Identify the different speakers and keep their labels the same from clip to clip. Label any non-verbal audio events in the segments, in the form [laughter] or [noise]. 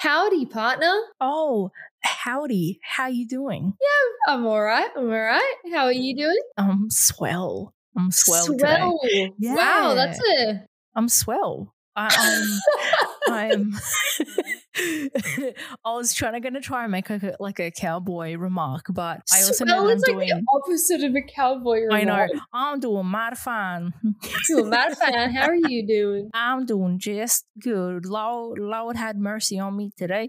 Speaker 1: Howdy, partner.
Speaker 2: Oh, howdy. How you doing?
Speaker 1: I'm all right. I'm all right. How are you doing?
Speaker 2: I'm Um, swell. I'm swell, today.
Speaker 1: Swell.
Speaker 2: Yeah.
Speaker 1: Wow, that's a
Speaker 2: I'm swell. I,
Speaker 1: [laughs]
Speaker 2: I'm. I'm I was trying to gonna try and make a, like a cowboy remark, but [laughs] I also know
Speaker 1: swell
Speaker 2: that I'm
Speaker 1: is like [laughs]
Speaker 2: doing.
Speaker 1: the opposite of a cowboy.
Speaker 2: I know
Speaker 1: remark.
Speaker 2: I'm doing mad fine. [laughs]
Speaker 1: You a mad fan? How are you doing?
Speaker 2: I'm doing just good. Lord, Lord had mercy on me today.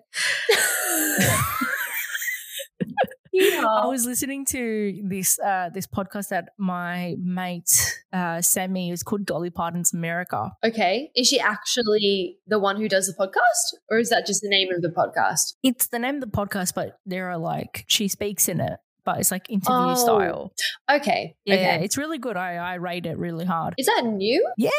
Speaker 1: Yeah.
Speaker 2: I was listening to this uh, this podcast that my mate uh, sent me. It's called Dolly Parton's America.
Speaker 1: Okay. Is she actually the one who does the podcast, or is that just the name of the podcast?
Speaker 2: It's the name of the podcast, but there are like she speaks in it, but it's like interview
Speaker 1: Oh,
Speaker 2: style.
Speaker 1: Okay.
Speaker 2: Yeah,
Speaker 1: Okay.
Speaker 2: it's really good. I I rate it really hard.
Speaker 1: Is that new?
Speaker 2: Yeah,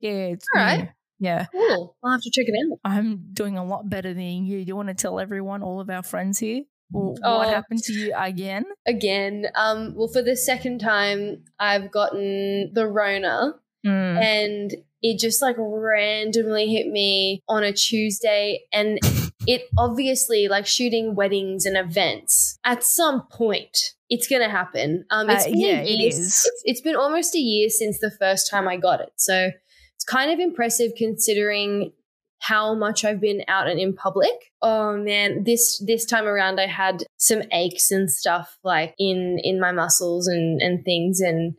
Speaker 2: yeah, it's
Speaker 1: All
Speaker 2: new.
Speaker 1: right.
Speaker 2: Yeah,
Speaker 1: Cool. I'll have to check it out.
Speaker 2: I'm doing a lot better than you. Do you want to tell everyone, all of our friends here, wh- what
Speaker 1: Oh.
Speaker 2: happened to you again?
Speaker 1: again. Um, well, for the second time, I've gotten the Rona,
Speaker 2: Mm.
Speaker 1: and it just like randomly hit me on a Tuesday. And it obviously, like shooting weddings and events, at some point, it's gonna happen. Um, it's
Speaker 2: Uh,
Speaker 1: been a
Speaker 2: yeah, it
Speaker 1: year-
Speaker 2: is.
Speaker 1: It's, it's been almost a year since the first time I got it, so it's kind of impressive considering how much I've been out and in public. Oh man, this this time around I had some aches and stuff like in in my muscles and and things and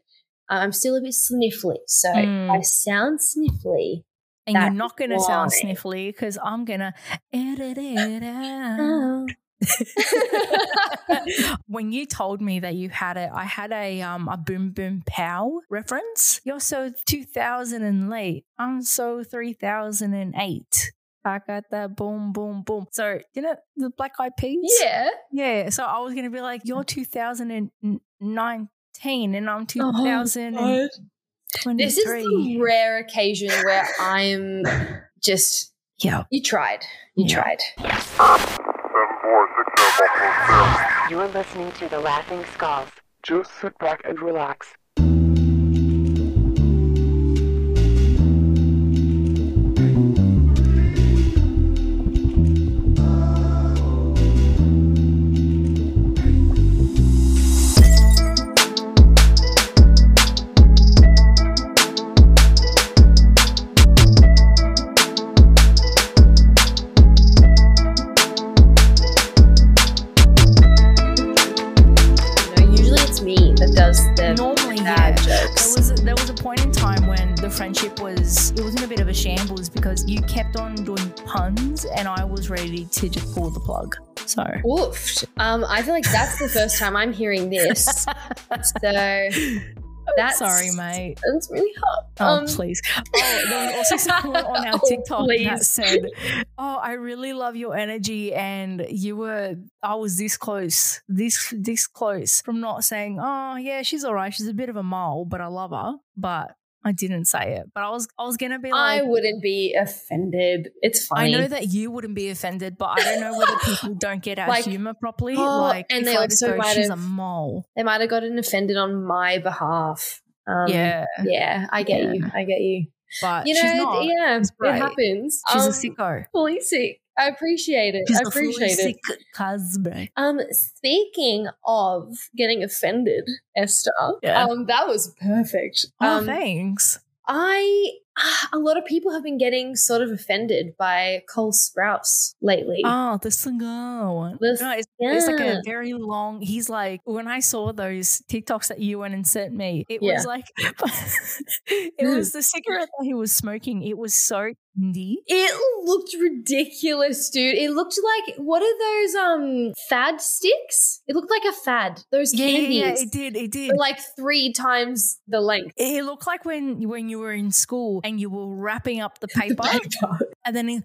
Speaker 1: I'm still a bit sniffly. So
Speaker 2: Mm.
Speaker 1: I sound sniffly.
Speaker 2: And you're
Speaker 1: That's
Speaker 2: not going to sound
Speaker 1: why.
Speaker 2: sniffly because I'm going to edit it out.
Speaker 1: Oh.
Speaker 2: [laughs] when you told me that you had it, I had a um a boom boom pow reference. You're so 2000 and late. I'm so 3008. I got that boom boom boom. So you know the Black Eyed Peas.
Speaker 1: yeah.
Speaker 2: yeah. So I was gonna be like, you're 2019 and I'm 2023.
Speaker 1: Oh, This is the rare occasion where I'm just
Speaker 2: yeah.
Speaker 1: you tried. You
Speaker 2: Yeah.
Speaker 1: tried.
Speaker 3: Seven, four, six, seven, one, four, seven.
Speaker 4: You are listening to The Laughing Skulls.
Speaker 3: Just sit back and relax.
Speaker 1: You know, usually it's me that does the
Speaker 2: Normally, yeah.
Speaker 1: bad
Speaker 2: There
Speaker 1: jokes.
Speaker 2: was there was a point in time when the friendship was it was in a bit of a shambles because you kept on doing puns and I was ready to just pull the plug. So
Speaker 1: Woofed. Um, I feel like that's the first time I'm hearing this. So
Speaker 2: that's
Speaker 1: That's-
Speaker 2: sorry, mate.
Speaker 1: That's really hot.
Speaker 2: Oh
Speaker 1: um,
Speaker 2: please! Oh, there was
Speaker 1: [laughs]
Speaker 2: also someone on our
Speaker 1: Oh,
Speaker 2: TikTok that
Speaker 1: please.
Speaker 2: said, "Oh, I really love your energy, and you were, I was this close, this this close from not saying, oh yeah, she's all right, she's a bit of a mole, but I love her, but I didn't say it, but I was I was gonna be like,
Speaker 1: I wouldn't be offended. It's
Speaker 2: I
Speaker 1: funny.
Speaker 2: know that you wouldn't be offended, but I don't know whether people don't get our
Speaker 1: Like,
Speaker 2: humor properly.
Speaker 1: oh,
Speaker 2: like,
Speaker 1: and
Speaker 2: if
Speaker 1: they
Speaker 2: I just
Speaker 1: also
Speaker 2: go,
Speaker 1: might
Speaker 2: she's a
Speaker 1: have-
Speaker 2: mole.
Speaker 1: they might have gotten offended on my behalf. Um,
Speaker 2: yeah,
Speaker 1: yeah, I get
Speaker 2: Yeah.
Speaker 1: you. I get you.
Speaker 2: but
Speaker 1: you know,
Speaker 2: she's not.
Speaker 1: yeah,
Speaker 2: She's
Speaker 1: it
Speaker 2: bright.
Speaker 1: happens.
Speaker 2: She's a
Speaker 1: Um,
Speaker 2: sicko.
Speaker 1: fully sick. I appreciate it.
Speaker 2: She's
Speaker 1: I appreciate
Speaker 2: a fully
Speaker 1: it.
Speaker 2: sick Cosby.
Speaker 1: Um, speaking of getting offended, Esther,
Speaker 2: Yeah.
Speaker 1: um, that was perfect.
Speaker 2: Oh,
Speaker 1: um,
Speaker 2: thanks.
Speaker 1: I ah, a lot of people have been getting sort of offended by Cole Sprouse lately.
Speaker 2: Oh, the single.
Speaker 1: The
Speaker 2: no, it's, it's like a
Speaker 1: singer.
Speaker 2: very long. He's like when I saw those TikToks that you went and sent me, it
Speaker 1: Yeah. Hmm.
Speaker 2: was like [laughs] it was the cigarette that he was smoking. It was so indie.
Speaker 1: It looked ridiculous, dude. It looked like what are those um fad sticks? It looked like a fad. Those
Speaker 2: Yeah,
Speaker 1: candies.
Speaker 2: yeah, yeah, it did. It did.
Speaker 1: were like three times the length.
Speaker 2: It looked like when when you were in school and you were wrapping up the
Speaker 1: The
Speaker 2: paper,
Speaker 1: [laughs] paper.
Speaker 2: and then it,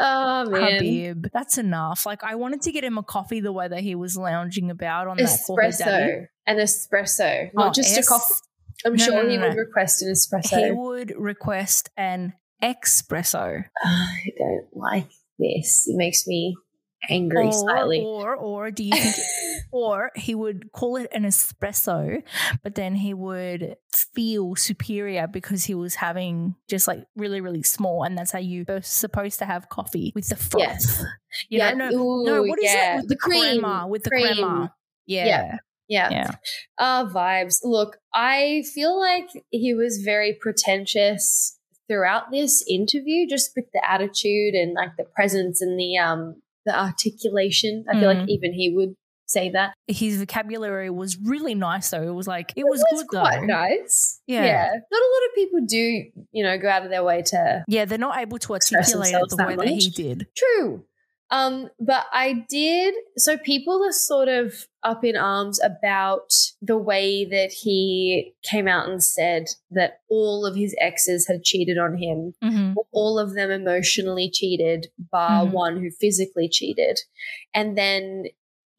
Speaker 1: Oh man.
Speaker 2: Habib, that's enough. Like I wanted to get him a coffee the way that he was lounging about on that call with Daddy.
Speaker 1: Espresso. An espresso. Not
Speaker 2: Oh,
Speaker 1: just
Speaker 2: es-
Speaker 1: a coffee. I'm
Speaker 2: No,
Speaker 1: sure
Speaker 2: no, no,
Speaker 1: he
Speaker 2: no.
Speaker 1: would request an
Speaker 2: He
Speaker 1: [sighs] espresso.
Speaker 2: would request an espresso.
Speaker 1: I don't like this. It makes me angry
Speaker 2: or,
Speaker 1: slightly.
Speaker 2: Or, or do Oh, you
Speaker 1: [laughs]
Speaker 2: think, or he would call it an espresso, but then he would feel superior because he was having just like really, really small. And that's how you are supposed to have coffee with the froth.
Speaker 1: Yes.
Speaker 2: You
Speaker 1: yeah.
Speaker 2: know, no,
Speaker 1: Ooh,
Speaker 2: no, what is
Speaker 1: yeah.
Speaker 2: that with the, cream? Oh, Crema, with the
Speaker 1: cream.
Speaker 2: crema. Yeah.
Speaker 1: Yeah. Yeah.
Speaker 2: Yeah.
Speaker 1: Uh, vibes. Look, I feel like he was very pretentious throughout this interview, just with the attitude and like the presence and the um the articulation. I feel like
Speaker 2: Mm.
Speaker 1: even he would say that.
Speaker 2: His vocabulary was really nice though. It was like it
Speaker 1: It
Speaker 2: was, good
Speaker 1: quite
Speaker 2: though.
Speaker 1: nice.
Speaker 2: Yeah.
Speaker 1: Not a lot of people do, you know, go out of their way to
Speaker 2: Yeah, they're not able to
Speaker 1: Express
Speaker 2: articulate it
Speaker 1: themselves
Speaker 2: the
Speaker 1: that
Speaker 2: way that he
Speaker 1: much.
Speaker 2: did.
Speaker 1: True. Um, but I did. So people are sort of up in arms about the way that he came out and said that all of his exes had cheated on him.
Speaker 2: Mhm.
Speaker 1: All of them emotionally cheated, bar
Speaker 2: Mhm.
Speaker 1: one who physically cheated. And then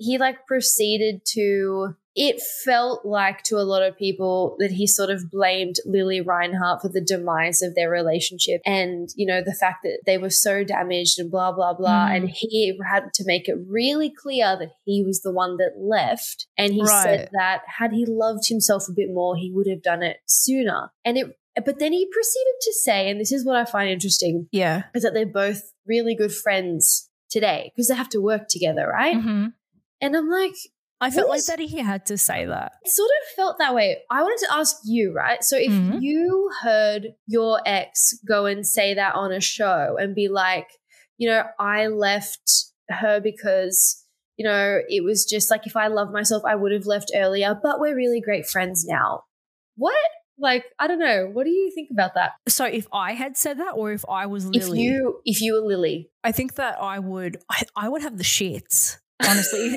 Speaker 1: he like proceeded to. It felt like to a lot of people that he sort of blamed Lily Reinhart for the demise of their relationship and, you know, the fact that they were so damaged and blah, blah, blah.
Speaker 2: Mm.
Speaker 1: And he had to make it really clear that he was the one that left. And he
Speaker 2: Right.
Speaker 1: said that had he loved himself a bit more, he would have done it sooner. And it, but then he proceeded to say, and this is what I find interesting,
Speaker 2: Yeah.
Speaker 1: is that they're both really good friends today because they have to work together, right?
Speaker 2: Mhm.
Speaker 1: And I'm like,
Speaker 2: I felt like
Speaker 1: is-
Speaker 2: that he had to say that.
Speaker 1: it sort of felt that way. I wanted to ask you, right? So if
Speaker 2: Mhm.
Speaker 1: you heard your ex go and say that on a show and be like, you know, I left her because, you know, it was just like if I love myself, I would have left earlier, but we're really great friends now. What? Like, I don't know. What do you think about that?
Speaker 2: So if I had said that, or if I was Lily,
Speaker 1: If you if you were Lily.
Speaker 2: I think that I would, I, I would have the shits. Honestly,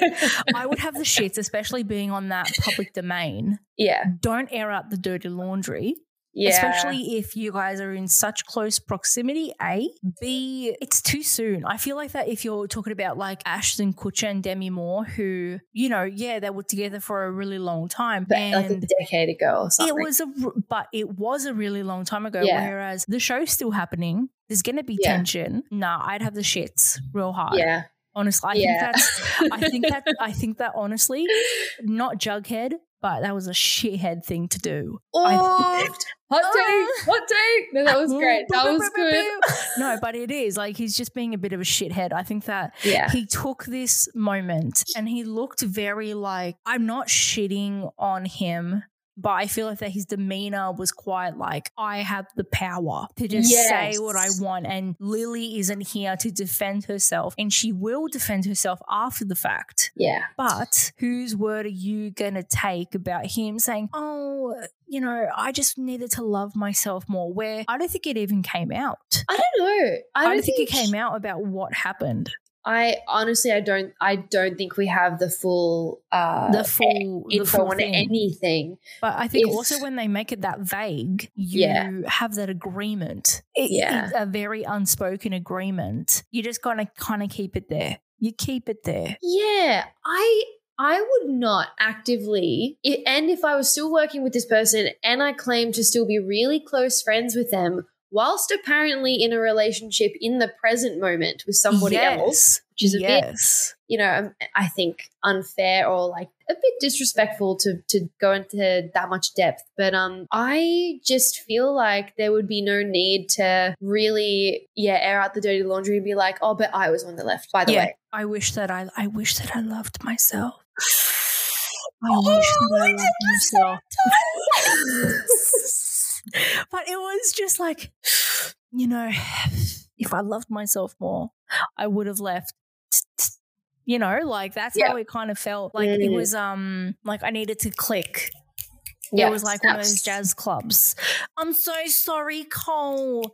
Speaker 2: I would have the shits, especially being on that public domain.
Speaker 1: [laughs] yeah.
Speaker 2: Don't air out the dirty laundry,
Speaker 1: Yeah.
Speaker 2: especially if you guys are in such close proximity. A, B, it's too soon. I feel like that if you're talking about like Ashton Kutcher and Demi Moore, who you know, yeah, they were together for a really long time,
Speaker 1: but
Speaker 2: and
Speaker 1: like a decade ago or something.
Speaker 2: It was a, r- but it was a really long time ago.
Speaker 1: Yeah.
Speaker 2: Whereas the show's still happening. There's gonna be
Speaker 1: Yeah.
Speaker 2: tension. Nah, I'd have the shits real hard.
Speaker 1: yeah.
Speaker 2: Honestly, I
Speaker 1: yeah.
Speaker 2: think that's. I think
Speaker 1: [laughs]
Speaker 2: that. I think that honestly, not Jughead, but that was a shithead thing to do. I-
Speaker 1: Oh, hot take, hot take. No, that was great. That [laughs] was good.
Speaker 2: No, but it is like he's just being a bit of a shithead. I think that
Speaker 1: Yeah.
Speaker 2: he took this moment and he looked very like I'm not shitting on him, but I feel like that his demeanor was quite like I have the power to just
Speaker 1: Yes.
Speaker 2: say what I want, and Lily isn't here to defend herself, and she will defend herself after the fact.
Speaker 1: Yeah.
Speaker 2: But whose word are you going to take about him saying, oh, you know, I just needed to love myself more? Where I don't think it even came out.
Speaker 1: I don't know. I
Speaker 2: I
Speaker 1: don't
Speaker 2: don't think, it came out about what happened.
Speaker 1: I honestly, I don't. I don't think we have the full uh,
Speaker 2: the full, the
Speaker 1: info
Speaker 2: full
Speaker 1: on
Speaker 2: thing.
Speaker 1: anything.
Speaker 2: but I think
Speaker 1: if-
Speaker 2: also when they make it that vague, you
Speaker 1: Yeah.
Speaker 2: have that agreement. It-
Speaker 1: Yeah.
Speaker 2: it's a very unspoken agreement. You're just going to kind of keep it there. You keep it there.
Speaker 1: Yeah, I I would not actively, i- and if I was still working with this person and I claim to still be really close friends with them, whilst apparently in a relationship in the present moment with somebody
Speaker 2: Yes.
Speaker 1: else, which is a bit
Speaker 2: yes.
Speaker 1: you know, um, I think unfair or like a bit disrespectful to to go into that much depth. But um, I just feel like there would be no need to really, yeah, air out the dirty laundry and be like, oh, but I was on the left. By the
Speaker 2: yeah.
Speaker 1: way,
Speaker 2: I wish that I I wish that I loved myself.
Speaker 1: [gasps]
Speaker 2: I
Speaker 1: Oh,
Speaker 2: wish that
Speaker 1: I
Speaker 2: I
Speaker 1: did
Speaker 2: loved myself.
Speaker 1: sometimes.
Speaker 2: [laughs] but it was just like, you know, if I loved myself more, I would have left. You know, like that's
Speaker 1: Yeah.
Speaker 2: how it kind of felt. Like it
Speaker 1: Mm.
Speaker 2: was um like I needed to click.
Speaker 1: yeah,
Speaker 2: It was like one of those jazz clubs. I'm so sorry, Cole.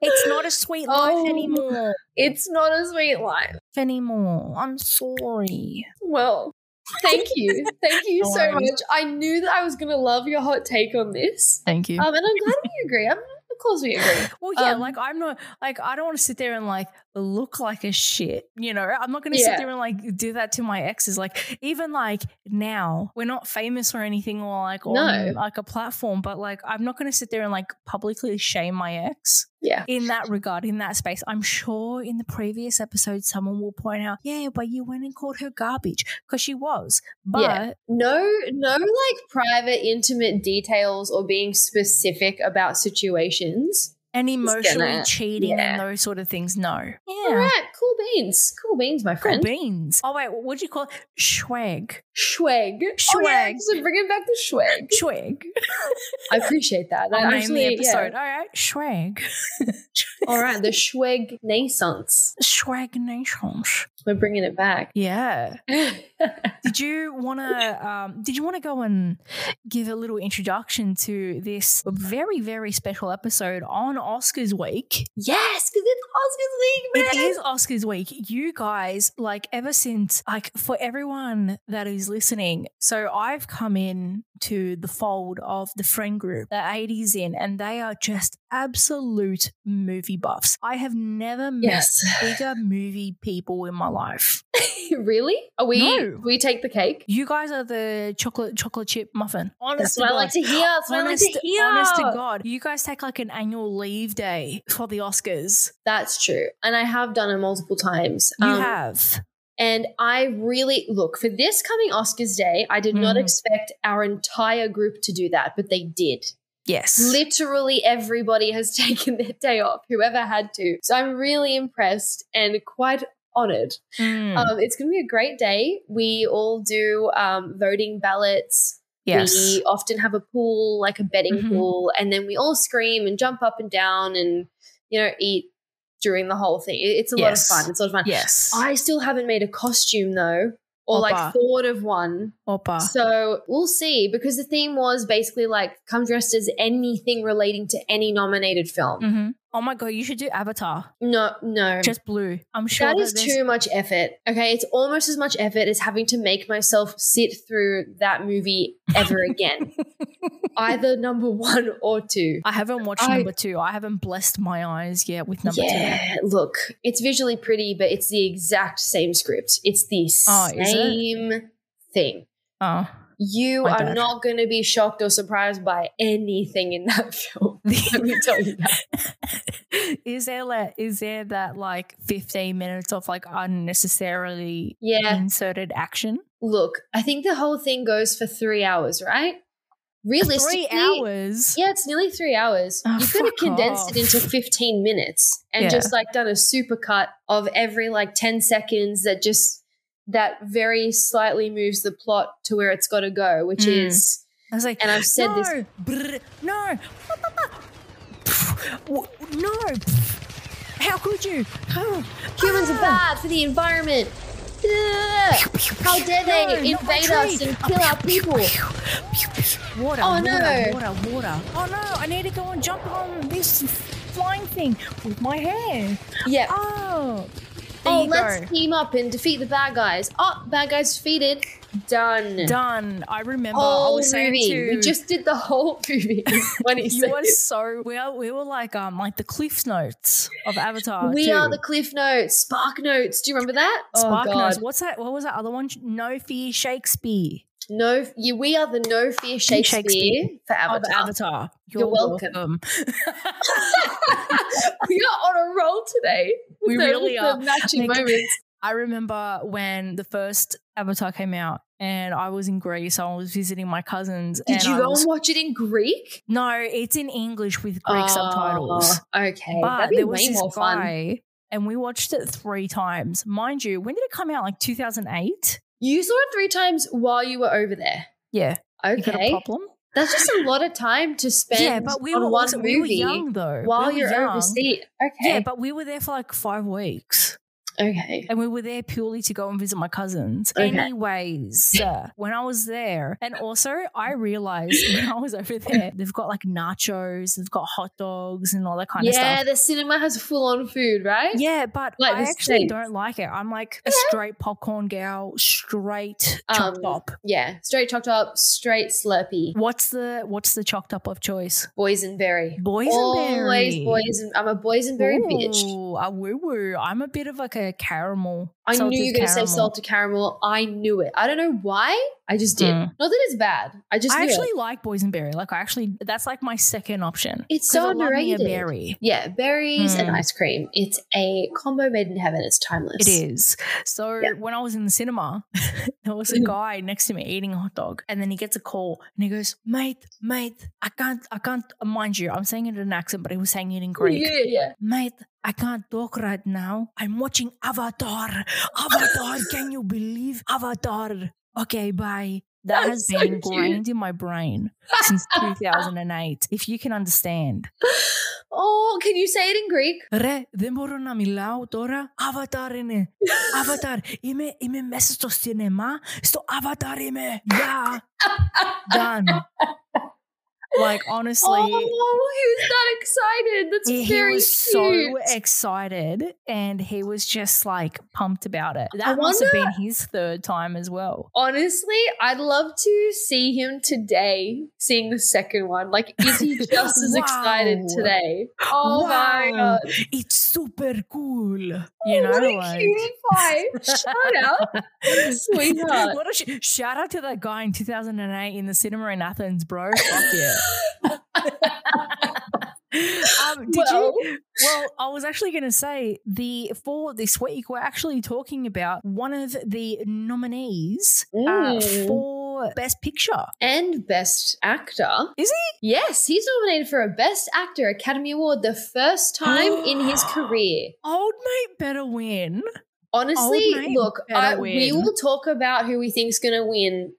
Speaker 2: it's not a sweet
Speaker 1: Oh.
Speaker 2: life anymore.
Speaker 1: It's not a sweet life.
Speaker 2: Anymore. I'm sorry.
Speaker 1: Well, thank you, thank you
Speaker 2: [laughs] No
Speaker 1: so
Speaker 2: worries.
Speaker 1: much. I knew that I was gonna love your hot take on this,
Speaker 2: Thank you.
Speaker 1: um, and I'm glad we agree. I'm, of course, we agree.
Speaker 2: Uh, Well, yeah,
Speaker 1: Um,
Speaker 2: like I'm not like I don't want to sit there and like look like a shit. You know, I'm not going to
Speaker 1: Yeah.
Speaker 2: sit there and like do that to my exes. Like even like now, we're not famous or anything or like on
Speaker 1: No.
Speaker 2: like a platform, but like I'm not going to sit there and like publicly shame my ex.
Speaker 1: Yeah.
Speaker 2: in that regard, in that space. I'm sure in the previous episode, someone will point out, yeah, but you went and called her garbage because she was. But
Speaker 1: Yeah. No, no, like private, intimate details or being specific about situations.
Speaker 2: and emotionally
Speaker 1: gonna-
Speaker 2: cheating
Speaker 1: yeah.
Speaker 2: and those sort of things, no.
Speaker 1: All
Speaker 2: Yeah.
Speaker 1: right, cool beans, cool beans, my
Speaker 2: Cool
Speaker 1: friend.
Speaker 2: beans. Oh, wait, what do you call it? Schwag.
Speaker 1: Schwag, Oh, yeah,
Speaker 2: Schwag.
Speaker 1: so bring it back to schwag.
Speaker 2: [laughs] Schwag.
Speaker 1: I appreciate that. That
Speaker 2: I'll name
Speaker 1: actually,
Speaker 2: the
Speaker 1: yeah.
Speaker 2: episode. [laughs] All right. Schwag.
Speaker 1: All right, the schwag naissance.
Speaker 2: Schwag nations.
Speaker 1: We're bringing it
Speaker 2: [laughs]
Speaker 1: back.
Speaker 2: Yeah.
Speaker 1: yeah,
Speaker 2: Did you want to? Um, did you want to go and give a little introduction to this very, very special episode on Oscars week?
Speaker 1: Yes, because it's Oscars League,
Speaker 2: It is Oscars week. You guys, like, ever since, like, for everyone that is listening, so I've come in to the fold of the friend group, the 80s in, and they are just absolute movie buffs. I have never met
Speaker 1: Yes. [laughs]
Speaker 2: bigger movie people in my life.
Speaker 1: really? Are we
Speaker 2: No.
Speaker 1: we take the cake?
Speaker 2: You guys are the chocolate chocolate chip muffin.
Speaker 1: That's
Speaker 2: Honest
Speaker 1: what
Speaker 2: to
Speaker 1: I like to
Speaker 2: God.
Speaker 1: hear. That's what
Speaker 2: honest,
Speaker 1: I like to hear.
Speaker 2: honest to God, you guys take like an annual leave day for the Oscars.
Speaker 1: That's true. And I have done it multiple times.
Speaker 2: You
Speaker 1: Um,
Speaker 2: have.
Speaker 1: And I really look for this coming Oscars Day. I did not
Speaker 2: Mhm.
Speaker 1: expect our entire group to do that, but they
Speaker 2: [sighs]
Speaker 1: did.
Speaker 2: Yes.
Speaker 1: Literally everybody has [laughs] taken their day off, whoever had to. So I'm really impressed and quite honored.
Speaker 2: Mm.
Speaker 1: Um, it's going to be a great day. We all do um, voting ballots.
Speaker 2: yes.
Speaker 1: We often have a pool, like a betting
Speaker 2: Mhm.
Speaker 1: pool, and then we all scream and jump up and down and, you know, eat during the whole thing. It- It's a
Speaker 2: Yes.
Speaker 1: lot of fun. It's a lot of fun.
Speaker 2: Yes.
Speaker 1: I still haven't made a costume though, or
Speaker 2: Opa. Ah.
Speaker 1: like thought of one.
Speaker 2: Opa.
Speaker 1: So we'll see because the theme was basically like come dressed as anything relating to any nominated film.
Speaker 2: hmm Oh my god, you should do Avatar.
Speaker 1: No, no.
Speaker 2: Just blue. I'm sure
Speaker 1: that is
Speaker 2: there's-
Speaker 1: too much effort. Okay, it's almost as much effort as having to make myself sit through that movie
Speaker 2: [laughs]
Speaker 1: ever again. Either number one or two.
Speaker 2: I haven't watched
Speaker 1: I-
Speaker 2: number two. I haven't blessed my eyes yet with number two.
Speaker 1: yeah, look, it's visually pretty, but it's the exact same script. It's the
Speaker 2: Oh, is it?
Speaker 1: same thing.
Speaker 2: Oh.
Speaker 1: You
Speaker 2: My
Speaker 1: are
Speaker 2: bad.
Speaker 1: not going to be shocked or surprised by anything in that [laughs] film. [laughs] Let me tell you that.
Speaker 2: [laughs] is there like is there that like 15 minutes of like unnecessarily
Speaker 1: Yeah.
Speaker 2: inserted action?
Speaker 1: Look, I think the whole thing goes for three hours, right? Realistically,
Speaker 2: Three hours.
Speaker 1: Yeah, it's nearly three hours.
Speaker 2: Oh,
Speaker 1: you could have
Speaker 2: fuck
Speaker 1: condensed
Speaker 2: off.
Speaker 1: it into 15 minutes and
Speaker 2: Yeah.
Speaker 1: just like done a supercut of every like 10 seconds that just that very slightly moves the plot to where it's got to go, which
Speaker 2: Mm.
Speaker 1: is,
Speaker 2: I was like,
Speaker 1: and I've said
Speaker 2: no,
Speaker 1: this
Speaker 2: brr, no, [laughs] Pff, w- no. Pff, How could you? Oh,
Speaker 1: humans are
Speaker 2: ah.
Speaker 1: bad for the environment. Ugh. How dare they
Speaker 2: No, not my
Speaker 1: invade us
Speaker 2: tree.
Speaker 1: and kill our people?
Speaker 2: Water,
Speaker 1: Oh,
Speaker 2: water,
Speaker 1: no.
Speaker 2: water, water. Oh no, I need to go and jump on this flying thing with my hair.
Speaker 1: Yeah.
Speaker 2: Oh. There
Speaker 1: Oh,
Speaker 2: you
Speaker 1: let's
Speaker 2: go.
Speaker 1: team up and defeat the bad guys. Oh, bad guys defeated. Done.
Speaker 2: Done. I remember I
Speaker 1: Whole
Speaker 2: was saying
Speaker 1: Oh, movie.
Speaker 2: to
Speaker 1: We just [laughs] did the whole movie. in 20
Speaker 2: you were
Speaker 1: seconds.
Speaker 2: so we, are, we were like um like the cliff notes of Avatar.
Speaker 1: we
Speaker 2: too.
Speaker 1: are the Cliff Notes, Spark Notes. Do you remember that?
Speaker 2: Spark
Speaker 1: oh,
Speaker 2: notes.
Speaker 1: God.
Speaker 2: What's that? What was that other one? No fear, Shakespeare.
Speaker 1: No, yeah, we are the No Fear Shakespeare,
Speaker 2: Shakespeare.
Speaker 1: for
Speaker 2: Avatar.
Speaker 1: Avatar.
Speaker 2: Of Avatar. You're,
Speaker 1: You're welcome.
Speaker 2: welcome.
Speaker 1: [laughs] we are on a roll today.
Speaker 2: We
Speaker 1: With the-
Speaker 2: really
Speaker 1: with
Speaker 2: are.
Speaker 1: The matching
Speaker 2: Like-
Speaker 1: moments.
Speaker 2: I remember when the first Avatar came out, and I was in Greece. I was visiting my cousins.
Speaker 1: Did
Speaker 2: and
Speaker 1: you
Speaker 2: I
Speaker 1: go
Speaker 2: was-
Speaker 1: and watch it in Greek?
Speaker 2: No, it's in English with Greek
Speaker 1: Oh,
Speaker 2: subtitles.
Speaker 1: Okay,
Speaker 2: But
Speaker 1: that'd be
Speaker 2: there was
Speaker 1: way
Speaker 2: this
Speaker 1: more fun.
Speaker 2: guy, and we watched it three times, mind you. When did it come out? Like 2008.
Speaker 1: You saw it three times while you were over there.
Speaker 2: Yeah, you got a
Speaker 1: Okay,
Speaker 2: problem.
Speaker 1: that's just a lot of time to spend
Speaker 2: Yeah, but we
Speaker 1: on
Speaker 2: were
Speaker 1: one
Speaker 2: also-
Speaker 1: movie
Speaker 2: we were young though.
Speaker 1: while
Speaker 2: we were
Speaker 1: you're
Speaker 2: young.
Speaker 1: overseas. Okay,
Speaker 2: Yeah, but we were there for like five weeks.
Speaker 1: okay.
Speaker 2: And we were there purely to go and visit my cousins.
Speaker 1: Okay. [laughs]
Speaker 2: Anyways, uh, when I was there, and also I realized [laughs] when I was over there, they've got like nachos, they've got hot dogs, and all that kind of
Speaker 1: yeah,
Speaker 2: stuff.
Speaker 1: the cinema has full on food, right?
Speaker 2: Yeah, but
Speaker 1: Like
Speaker 2: I
Speaker 1: the
Speaker 2: actually
Speaker 1: States.
Speaker 2: don't like it. I'm like a straight popcorn gal, straight chopped
Speaker 1: Um,
Speaker 2: up.
Speaker 1: Yeah, straight chopped up, straight slurpy,
Speaker 2: What's the what's the chopped up of choice?
Speaker 1: boysenberry.
Speaker 2: Boysenberry.
Speaker 1: Always boysen. I'm a boysenberry bitch.
Speaker 2: Ooh, a woo woo. I'm a bit of like a caramel.
Speaker 1: I knew
Speaker 2: salted
Speaker 1: you were going to say
Speaker 2: caramel.
Speaker 1: salted caramel. I knew it. I don't know why. I just did.
Speaker 2: Hmm.
Speaker 1: Not that it's bad. I just
Speaker 2: I
Speaker 1: knew it.
Speaker 2: actually like boysenberry. Like I actually, that's like my second option.
Speaker 1: It's
Speaker 2: 'Cause
Speaker 1: so
Speaker 2: I love me a
Speaker 1: underrated.
Speaker 2: berry.
Speaker 1: Yeah, berries and
Speaker 2: Hmm.
Speaker 1: ice cream. It's a combo made in heaven. It's timeless.
Speaker 2: It is. So
Speaker 1: Yeah. Mm-hmm.
Speaker 2: when I was in the cinema, [laughs] there was a guy next to me eating a hot dog, and then he gets a call and he goes, "Mate, mate, I can't, I can't." uh, Mind you, I'm saying it in an accent, but he was saying it in Greek.
Speaker 1: [laughs] Yeah, yeah.
Speaker 2: Mate, I can't talk right now. I'm watching Avatar.
Speaker 1: [laughs]
Speaker 2: Avatar, can you believe Avatar? Okay, bye. That has
Speaker 1: That's so
Speaker 2: been
Speaker 1: cute.
Speaker 2: ingrained in my
Speaker 1: [laughs]
Speaker 2: brain since 2008. If you can understand.
Speaker 1: Oh, can you say it in Greek?
Speaker 2: Ρε, δεν μπορώ να μιλάω τώρα. Avatar
Speaker 1: [laughs]
Speaker 2: είναι. Avatar. Είμαι, είμαι μέσα στο σινεμά. Στο Avatar είμαι. Yeah. Done. Like, honestly,
Speaker 1: Oh, he was that excited. That's
Speaker 2: he, he
Speaker 1: very
Speaker 2: was so
Speaker 1: cute.
Speaker 2: excited and he was just like pumped about it. That
Speaker 1: I
Speaker 2: must have been his third time as well.
Speaker 1: Honestly, I'd love to see him today seeing the second one. Like, is
Speaker 2: [laughs]
Speaker 1: he just as excited
Speaker 2: Wow.
Speaker 1: today? Oh my
Speaker 2: Wow.
Speaker 1: god. Oh,
Speaker 2: It's super cool. You know,
Speaker 1: what a
Speaker 2: like.
Speaker 1: cutie
Speaker 2: [laughs]
Speaker 1: pie. Shut up. Sweetheart.
Speaker 2: What a sh- shout out to that guy in 2008 in the cinema in Athens, bro. Fuck yeah. [laughs] um, did
Speaker 1: Well.
Speaker 2: you? Well, I was actually going to say the for this week we're actually talking about one of the nominees uh,
Speaker 1: Mm.
Speaker 2: for Best Picture.
Speaker 1: and Best Actor.
Speaker 2: Is
Speaker 1: he? Yes, he's nominated for a Best Actor Academy Award the first
Speaker 2: [gasps]
Speaker 1: time in his career.
Speaker 2: Old mate better win.
Speaker 1: Honestly,
Speaker 2: mate
Speaker 1: look, I,
Speaker 2: better
Speaker 1: we
Speaker 2: win.
Speaker 1: will talk about who we think's going to win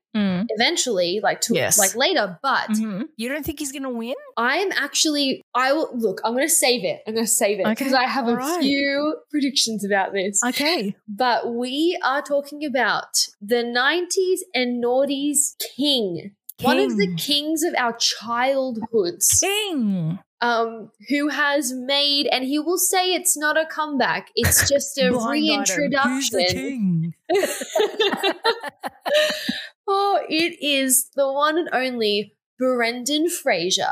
Speaker 1: eventually, like to,
Speaker 2: Yes.
Speaker 1: like later. But
Speaker 2: Mhm. Mm-hmm. You don't think he's going to win?
Speaker 1: I'm actually, I will look. I'm going to save it. I'm going to save it
Speaker 2: Okay,
Speaker 1: because I have a
Speaker 2: alright.
Speaker 1: few predictions about this.
Speaker 2: Okay.
Speaker 1: But we are talking about the 90s and noughties king. One of the
Speaker 2: King.
Speaker 1: kings of our childhoods,
Speaker 2: King.
Speaker 1: um, who has made, and he will say it's not a comeback,
Speaker 2: [laughs]
Speaker 1: it's just a
Speaker 2: Blind item. Who's the
Speaker 1: reintroduction.
Speaker 2: king?
Speaker 1: [laughs] oh, it is the one and only Brendan Fraser,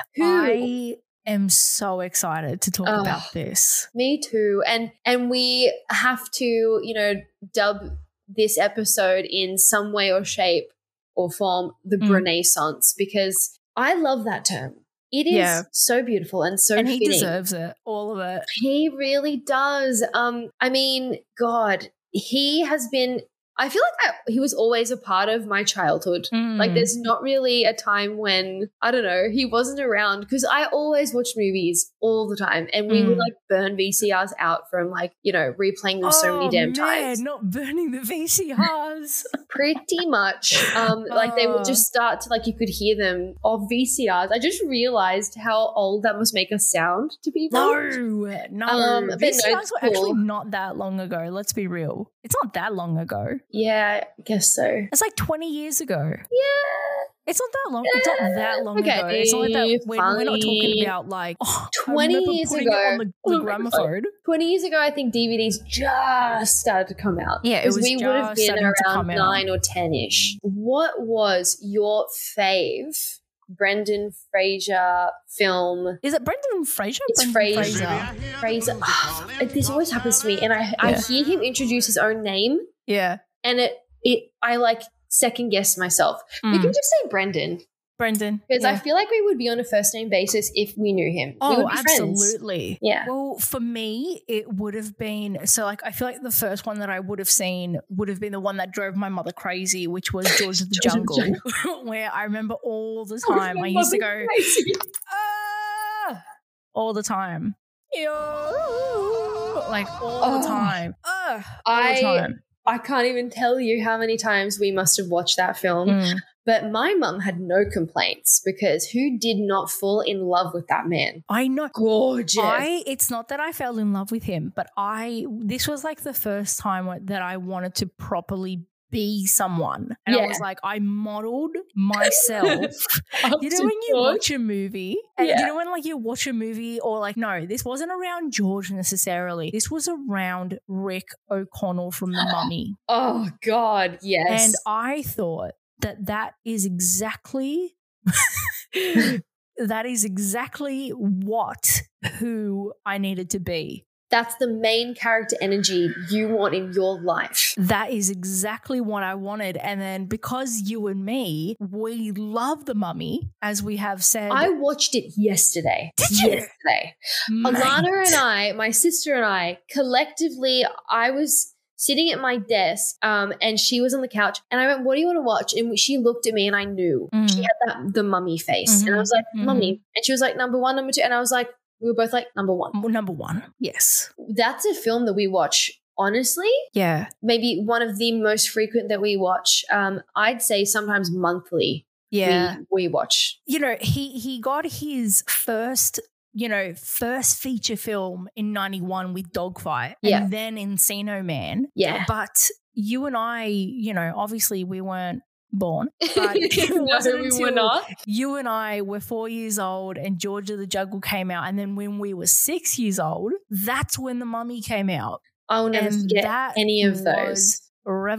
Speaker 2: [gasps]
Speaker 1: who
Speaker 2: I am so excited to talk
Speaker 1: Oh.
Speaker 2: about this.
Speaker 1: Me too. And and we have to, you know, dub this episode in some way or shape or form the
Speaker 2: Mm.
Speaker 1: Renaissance because I love that term. It is
Speaker 2: Yeah.
Speaker 1: so beautiful and so
Speaker 2: and he
Speaker 1: fitting.
Speaker 2: deserves it, all of it.
Speaker 1: He really does. Um, I mean, God, he has been. I feel like I, he was always a part of my childhood.
Speaker 2: Hmm.
Speaker 1: Like,
Speaker 2: Mm.
Speaker 1: there's not really a time when, I don't know, he wasn't around because I always watched movies all the time and we would
Speaker 2: Mm.
Speaker 1: like burn VCRs out from like, you know, replaying them so many damn times.
Speaker 2: Oh, Not burning the
Speaker 1: [laughs]
Speaker 2: VCRs.
Speaker 1: Pretty much.
Speaker 2: [laughs]
Speaker 1: Um, Like, they
Speaker 2: Oh.
Speaker 1: would just start to like, you could hear them of VCRs. I just realized how old that must make us sound to people.
Speaker 2: no, no.
Speaker 1: Um, but no,
Speaker 2: VCRs were
Speaker 1: it's
Speaker 2: actually
Speaker 1: cool.
Speaker 2: not that long ago. Let's be real. It's not that long ago.
Speaker 1: Yeah, I guess so.
Speaker 2: It's like 20 years ago.
Speaker 1: Yeah.
Speaker 2: It's not that long. It's not that long
Speaker 1: Okay,
Speaker 2: ago. It's not like that. We're, we're not talking
Speaker 1: fine.
Speaker 2: about like oh, I
Speaker 1: 20
Speaker 2: remember
Speaker 1: years
Speaker 2: putting it
Speaker 1: ago.
Speaker 2: on the,
Speaker 1: [laughs] Oh
Speaker 2: the
Speaker 1: my God.
Speaker 2: gramophone.
Speaker 1: 20 years ago, I think DVDs just started to come out.
Speaker 2: Yeah, it
Speaker 1: 'Cause
Speaker 2: was
Speaker 1: we would have
Speaker 2: just
Speaker 1: been
Speaker 2: starting to
Speaker 1: around
Speaker 2: come out.
Speaker 1: nine or 10 ish. What was your fave Brendan Fraser film?
Speaker 2: Is it Brendan Fraser?
Speaker 1: It's
Speaker 2: Brendan
Speaker 1: Fraser. Fraser. Ah,
Speaker 5: It-
Speaker 1: this always happens to me, and I, I
Speaker 2: Yeah.
Speaker 1: hear him introduce his own name,
Speaker 2: Yeah.
Speaker 1: and it, it I like second guess myself. We
Speaker 2: Mm.
Speaker 1: can just say Brendan
Speaker 2: Brendan.
Speaker 1: because I
Speaker 2: Yeah.
Speaker 1: feel like we would be on a first name basis if we knew him. we
Speaker 2: Oh,
Speaker 1: would be Friends.
Speaker 2: absolutely.
Speaker 1: Yeah.
Speaker 2: Well, for me, it would have been so like I feel like the first one that I would have seen would have been the one that drove my mother crazy, which
Speaker 1: [laughs]
Speaker 2: was George of the
Speaker 1: George of the Oh,
Speaker 2: Jungle, [laughs] where I remember all the time I
Speaker 1: my
Speaker 2: used to
Speaker 1: [laughs] mother's
Speaker 2: go
Speaker 1: crazy.
Speaker 2: "Ah!" all the time. "Ew!" Like all
Speaker 1: Oh.
Speaker 2: the time. "Ah!" All
Speaker 1: I
Speaker 2: the time.
Speaker 1: I can't even tell you how many times we must have watched that film.
Speaker 2: Mm.
Speaker 1: But my mum had no complaints because who did not fall in love with that man?
Speaker 2: I know.
Speaker 1: Gorgeous.
Speaker 2: I it's not that I fell in love with him, but I this was like the first time wh- that I wanted to properly be someone. And I
Speaker 1: Yeah.
Speaker 2: was like, I modeled
Speaker 1: [laughs]
Speaker 2: myself.
Speaker 1: Up
Speaker 2: you know
Speaker 1: to
Speaker 2: when you
Speaker 1: George.
Speaker 2: watch a movie, and
Speaker 1: Yeah.
Speaker 2: you know when like you watch a movie or like no, this wasn't around George necessarily. This was around Rick O'Connell
Speaker 1: [gasps]
Speaker 2: from The Mummy.
Speaker 1: Oh God, yes.
Speaker 2: And I thought that that
Speaker 1: [laughs]
Speaker 2: is exactly [laughs] that is exactly what who I needed to be.
Speaker 1: That's the main character energy you want in your life.
Speaker 2: That is exactly what I wanted. And then because you and me, we love the mummy, as we have said.
Speaker 1: I watched it yesterday.
Speaker 2: Did you?
Speaker 1: Yesterday.
Speaker 2: Mate.
Speaker 1: Alana
Speaker 2: [laughs]
Speaker 1: and I, my sister and I, collectively, I was sitting at my desk um, and she was on the couch and I went, What do you want to watch? And she looked at me and I knew
Speaker 2: Mm.
Speaker 1: she had that, the mummy face. And I was
Speaker 2: Mhm,
Speaker 1: like, Mummy. And she was like, Number one, number two. And I was like, We were both like, Number one.
Speaker 2: Number one. Yes.
Speaker 1: That's a film that we watch, honestly,
Speaker 2: Yeah.
Speaker 1: maybe one of the most frequent that we watch. Um, I'd say sometimes monthly
Speaker 2: Yeah.
Speaker 1: we, we watch
Speaker 2: you know, he he got his first, you know, first feature film in 91 with Dogfight
Speaker 1: Yeah.
Speaker 2: and then Encino Man.
Speaker 1: Yeah.
Speaker 2: But you and I, you know, obviously we weren't born.
Speaker 1: [laughs]
Speaker 2: [laughs] But it
Speaker 1: No,
Speaker 2: wasn't
Speaker 1: we
Speaker 2: until
Speaker 1: were not.
Speaker 2: you and I were four years old and Georgia the Juggle came out. And then when we were six years old, that's when The Mummy came out.
Speaker 1: I'll never
Speaker 2: and
Speaker 1: forget
Speaker 2: that
Speaker 1: any of those.
Speaker 2: was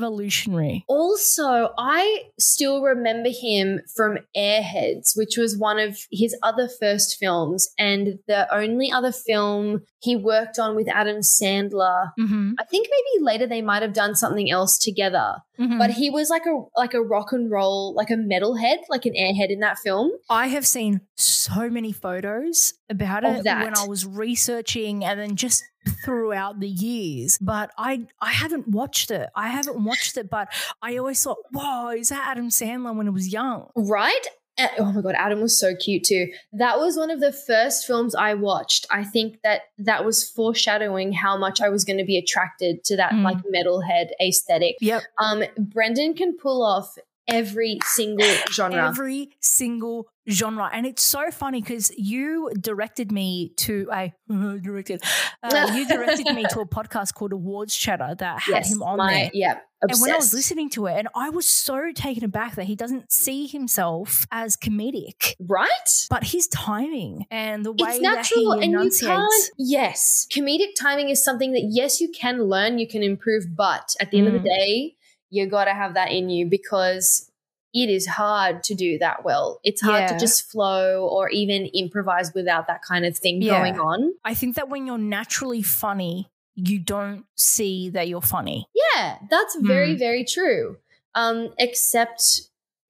Speaker 2: Revolutionary.
Speaker 1: Also, I still remember him from Airheads, which was one of his other first films, and the only other film he worked on with Adam Sandler.
Speaker 2: Mm-hmm.
Speaker 1: I think maybe later they might have done something else together,
Speaker 2: Hmm.
Speaker 1: but he was like a like a rock and roll, like a metalhead, like an airhead in that film.
Speaker 2: I have seen so many photos about
Speaker 1: Of
Speaker 2: it
Speaker 1: that.
Speaker 2: when I was researching and then just throughout the years. But I I haven't watched it. I haven't watched it, but I always thought, whoa, is that Adam Sandler when he was young?
Speaker 1: Right? Uh, Oh my god, Adam was so cute too. That was one of the first films I watched. I think that that was foreshadowing how much I was going to be attracted to that
Speaker 2: Mm.
Speaker 1: like metalhead aesthetic.
Speaker 2: Yep.
Speaker 1: Um, Brendan can pull off every single genre.
Speaker 2: Every single genre. And it's so funny because you directed me to a [laughs] directed
Speaker 1: [laughs]
Speaker 2: uh, you directed me to a podcast called Awards Chatter that had
Speaker 1: yes,
Speaker 2: him on
Speaker 1: my
Speaker 2: there.
Speaker 1: yeah. Obsessed.
Speaker 2: And when I was listening to it, and I was so taken aback that he doesn't see himself as comedic,
Speaker 1: right?
Speaker 2: but his timing and the way
Speaker 1: It's natural
Speaker 2: that he
Speaker 1: and you
Speaker 2: enunciates.
Speaker 1: can't. Yes. Comedic timing is something that, yes, you can learn, you can improve, but at the end
Speaker 2: Mm.
Speaker 1: of the day, you got to have that in you because it is hard to do that well. It's hard to
Speaker 2: Yeah.
Speaker 1: just flow or even improvise without that kind of thing
Speaker 2: Yeah.
Speaker 1: going on.
Speaker 2: I think that when you're naturally funny, you don't see that you're funny.
Speaker 1: Yeah, that's very,
Speaker 2: Hmm.
Speaker 1: very true. Um, except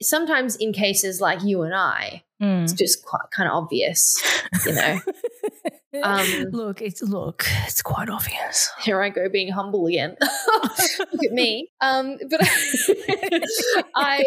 Speaker 1: sometimes in cases like you and I,
Speaker 2: Mm.
Speaker 1: [laughs]
Speaker 2: Hmm.
Speaker 1: it's just quite kind of obvious, you know.
Speaker 2: [laughs]
Speaker 1: Um,
Speaker 2: look, it's look, it's quite obvious.
Speaker 1: [laughs] here I go being humble again. [laughs] Look at me. Um, but [laughs] I,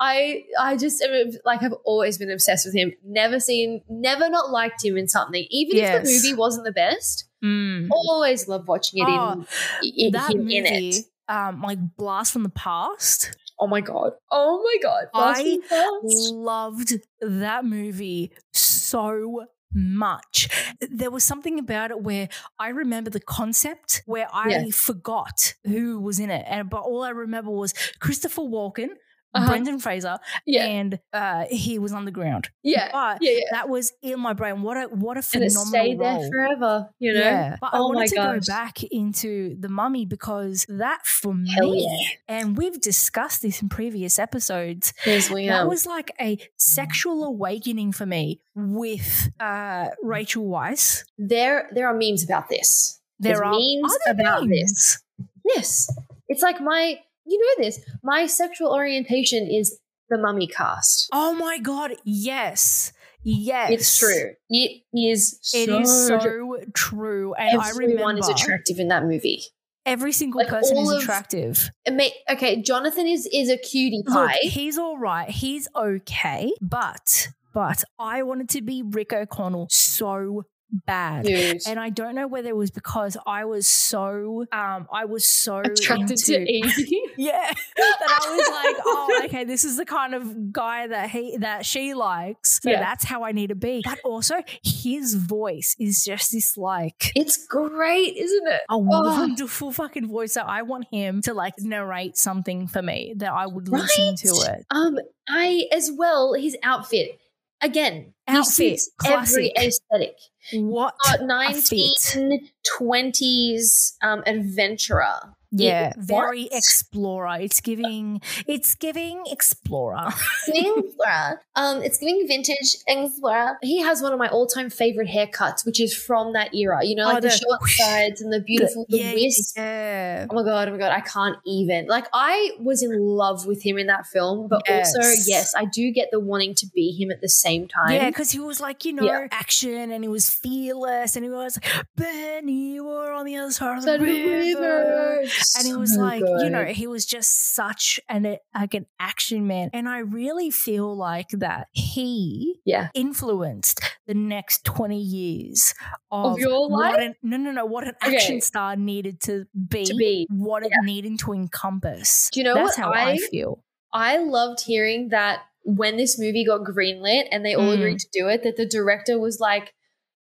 Speaker 1: I, I just am, like I've always been obsessed with him. Never seen, never not liked him in something. Even if the
Speaker 2: Yes.
Speaker 1: movie wasn't the best,
Speaker 2: Mm.
Speaker 1: always loved watching it
Speaker 2: Oh,
Speaker 1: in, i-
Speaker 2: that
Speaker 1: in, him
Speaker 2: movie,
Speaker 1: in it.
Speaker 2: um, like Blast from the Past.
Speaker 1: Oh my god! Oh my god! Blast
Speaker 2: I
Speaker 1: from the Past.
Speaker 2: loved that movie so much. There was something about it where I remember the concept where I
Speaker 1: Yeah.
Speaker 2: forgot who was in it, and but all I remember was Christopher Walken,
Speaker 1: Uh-huh.
Speaker 2: Brendan Fraser,
Speaker 1: yeah,
Speaker 2: and uh, he was on the ground.
Speaker 1: yeah,
Speaker 2: But
Speaker 1: yeah, yeah.
Speaker 2: that was in my brain. What a what a
Speaker 1: And it
Speaker 2: phenomenal
Speaker 1: stayed there
Speaker 2: role.
Speaker 1: forever. You know.
Speaker 2: Yeah, but I
Speaker 1: Oh my
Speaker 2: wanted to
Speaker 1: gosh.
Speaker 2: go back into the mummy because that for
Speaker 1: Hell
Speaker 2: me,
Speaker 1: yeah!
Speaker 2: and we've discussed this in previous episodes.
Speaker 1: Because we
Speaker 2: That
Speaker 1: um,
Speaker 2: was like a sexual awakening for me with uh, Rachel Weisz.
Speaker 1: there, there are memes about this.
Speaker 2: There
Speaker 1: There's
Speaker 2: are
Speaker 1: memes
Speaker 2: other
Speaker 1: about
Speaker 2: names.
Speaker 1: Yes. It's like my, you know this, my sexual orientation is the mummy cast.
Speaker 2: Oh my god! Yes, yes,
Speaker 1: It's true. It is so,
Speaker 2: It is so
Speaker 1: true.
Speaker 2: true, and I
Speaker 1: Everyone
Speaker 2: remember
Speaker 1: is attractive in that movie.
Speaker 2: every single
Speaker 1: Like,
Speaker 2: person is
Speaker 1: all of-
Speaker 2: attractive.
Speaker 1: It may, okay, Jonathan is is a cutie
Speaker 2: Look,
Speaker 1: pie.
Speaker 2: he's all right. He's okay, but but I wanted to be Rick O'Connell so bad.
Speaker 1: Dude.
Speaker 2: And I don't know whether it was because I was so um I was so
Speaker 1: Attracted
Speaker 2: into,
Speaker 1: to Evie.
Speaker 2: Yeah. [laughs] That I was
Speaker 1: [laughs]
Speaker 2: like, oh, okay, this is the kind of guy that he that she likes. So
Speaker 1: Yeah.
Speaker 2: that's how I need to be. But also his voice is just this like
Speaker 1: it's great, isn't it?
Speaker 2: a
Speaker 1: Oh.
Speaker 2: wonderful fucking voice that I want him to like narrate something for me that I would listen to
Speaker 1: Right?
Speaker 2: it.
Speaker 1: Um, I as well, his outfit. Again, he
Speaker 2: Outfit,
Speaker 1: suits every
Speaker 2: classic. [laughs]
Speaker 1: aesthetic.
Speaker 2: What
Speaker 1: Uh, 1920s um, adventurer.
Speaker 2: Yeah,
Speaker 1: What?
Speaker 2: very explorer. It's giving it's giving explorer. [laughs]
Speaker 1: Explorer. Um, it's giving vintage Explorer. He has one of my all-time favorite haircuts, which is from that era. You know,
Speaker 2: Oh,
Speaker 1: like the,
Speaker 2: the-
Speaker 1: short sides and the beautiful the
Speaker 2: [laughs] yeah,
Speaker 1: wisps.
Speaker 2: yeah.
Speaker 1: Oh my god, oh my god, I can't even. Like I was in love with him in that film, but also
Speaker 2: Yes.
Speaker 1: yes, I do get the wanting to be him at the same time.
Speaker 2: Yeah, because he was like, you know,
Speaker 1: Yeah.
Speaker 2: action and he was fearless and he was like, Benny, you were on the other side of the
Speaker 1: Said
Speaker 2: river.
Speaker 1: river.
Speaker 2: And he was
Speaker 1: So
Speaker 2: like, you know,
Speaker 1: good.
Speaker 2: he was just such an eh, like an action man. And I really feel like that he
Speaker 1: Yeah.
Speaker 2: influenced the next 20 years of,
Speaker 1: Of your
Speaker 2: What
Speaker 1: life?
Speaker 2: an, no, no, no. What an
Speaker 1: Okay.
Speaker 2: action star needed to be,
Speaker 1: To be.
Speaker 2: what it needed to encompass.
Speaker 1: Do you know
Speaker 2: That's
Speaker 1: what
Speaker 2: how I,
Speaker 1: I-
Speaker 2: feel.
Speaker 1: I loved hearing that when this movie got greenlit and they all
Speaker 2: Mm.
Speaker 1: agreed to do it, that the director was like,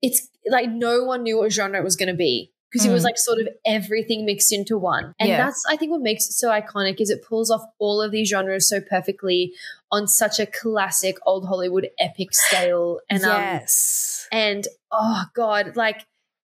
Speaker 1: it's like no one knew what genre it was going to be because it was
Speaker 2: Mm.
Speaker 1: like sort of everything mixed into one. And
Speaker 2: Yeah.
Speaker 1: that's, I think, what makes it so iconic is it pulls off all of these genres so perfectly on such a classic old Hollywood epic scale. And, um,
Speaker 2: yes.
Speaker 1: and oh God, like,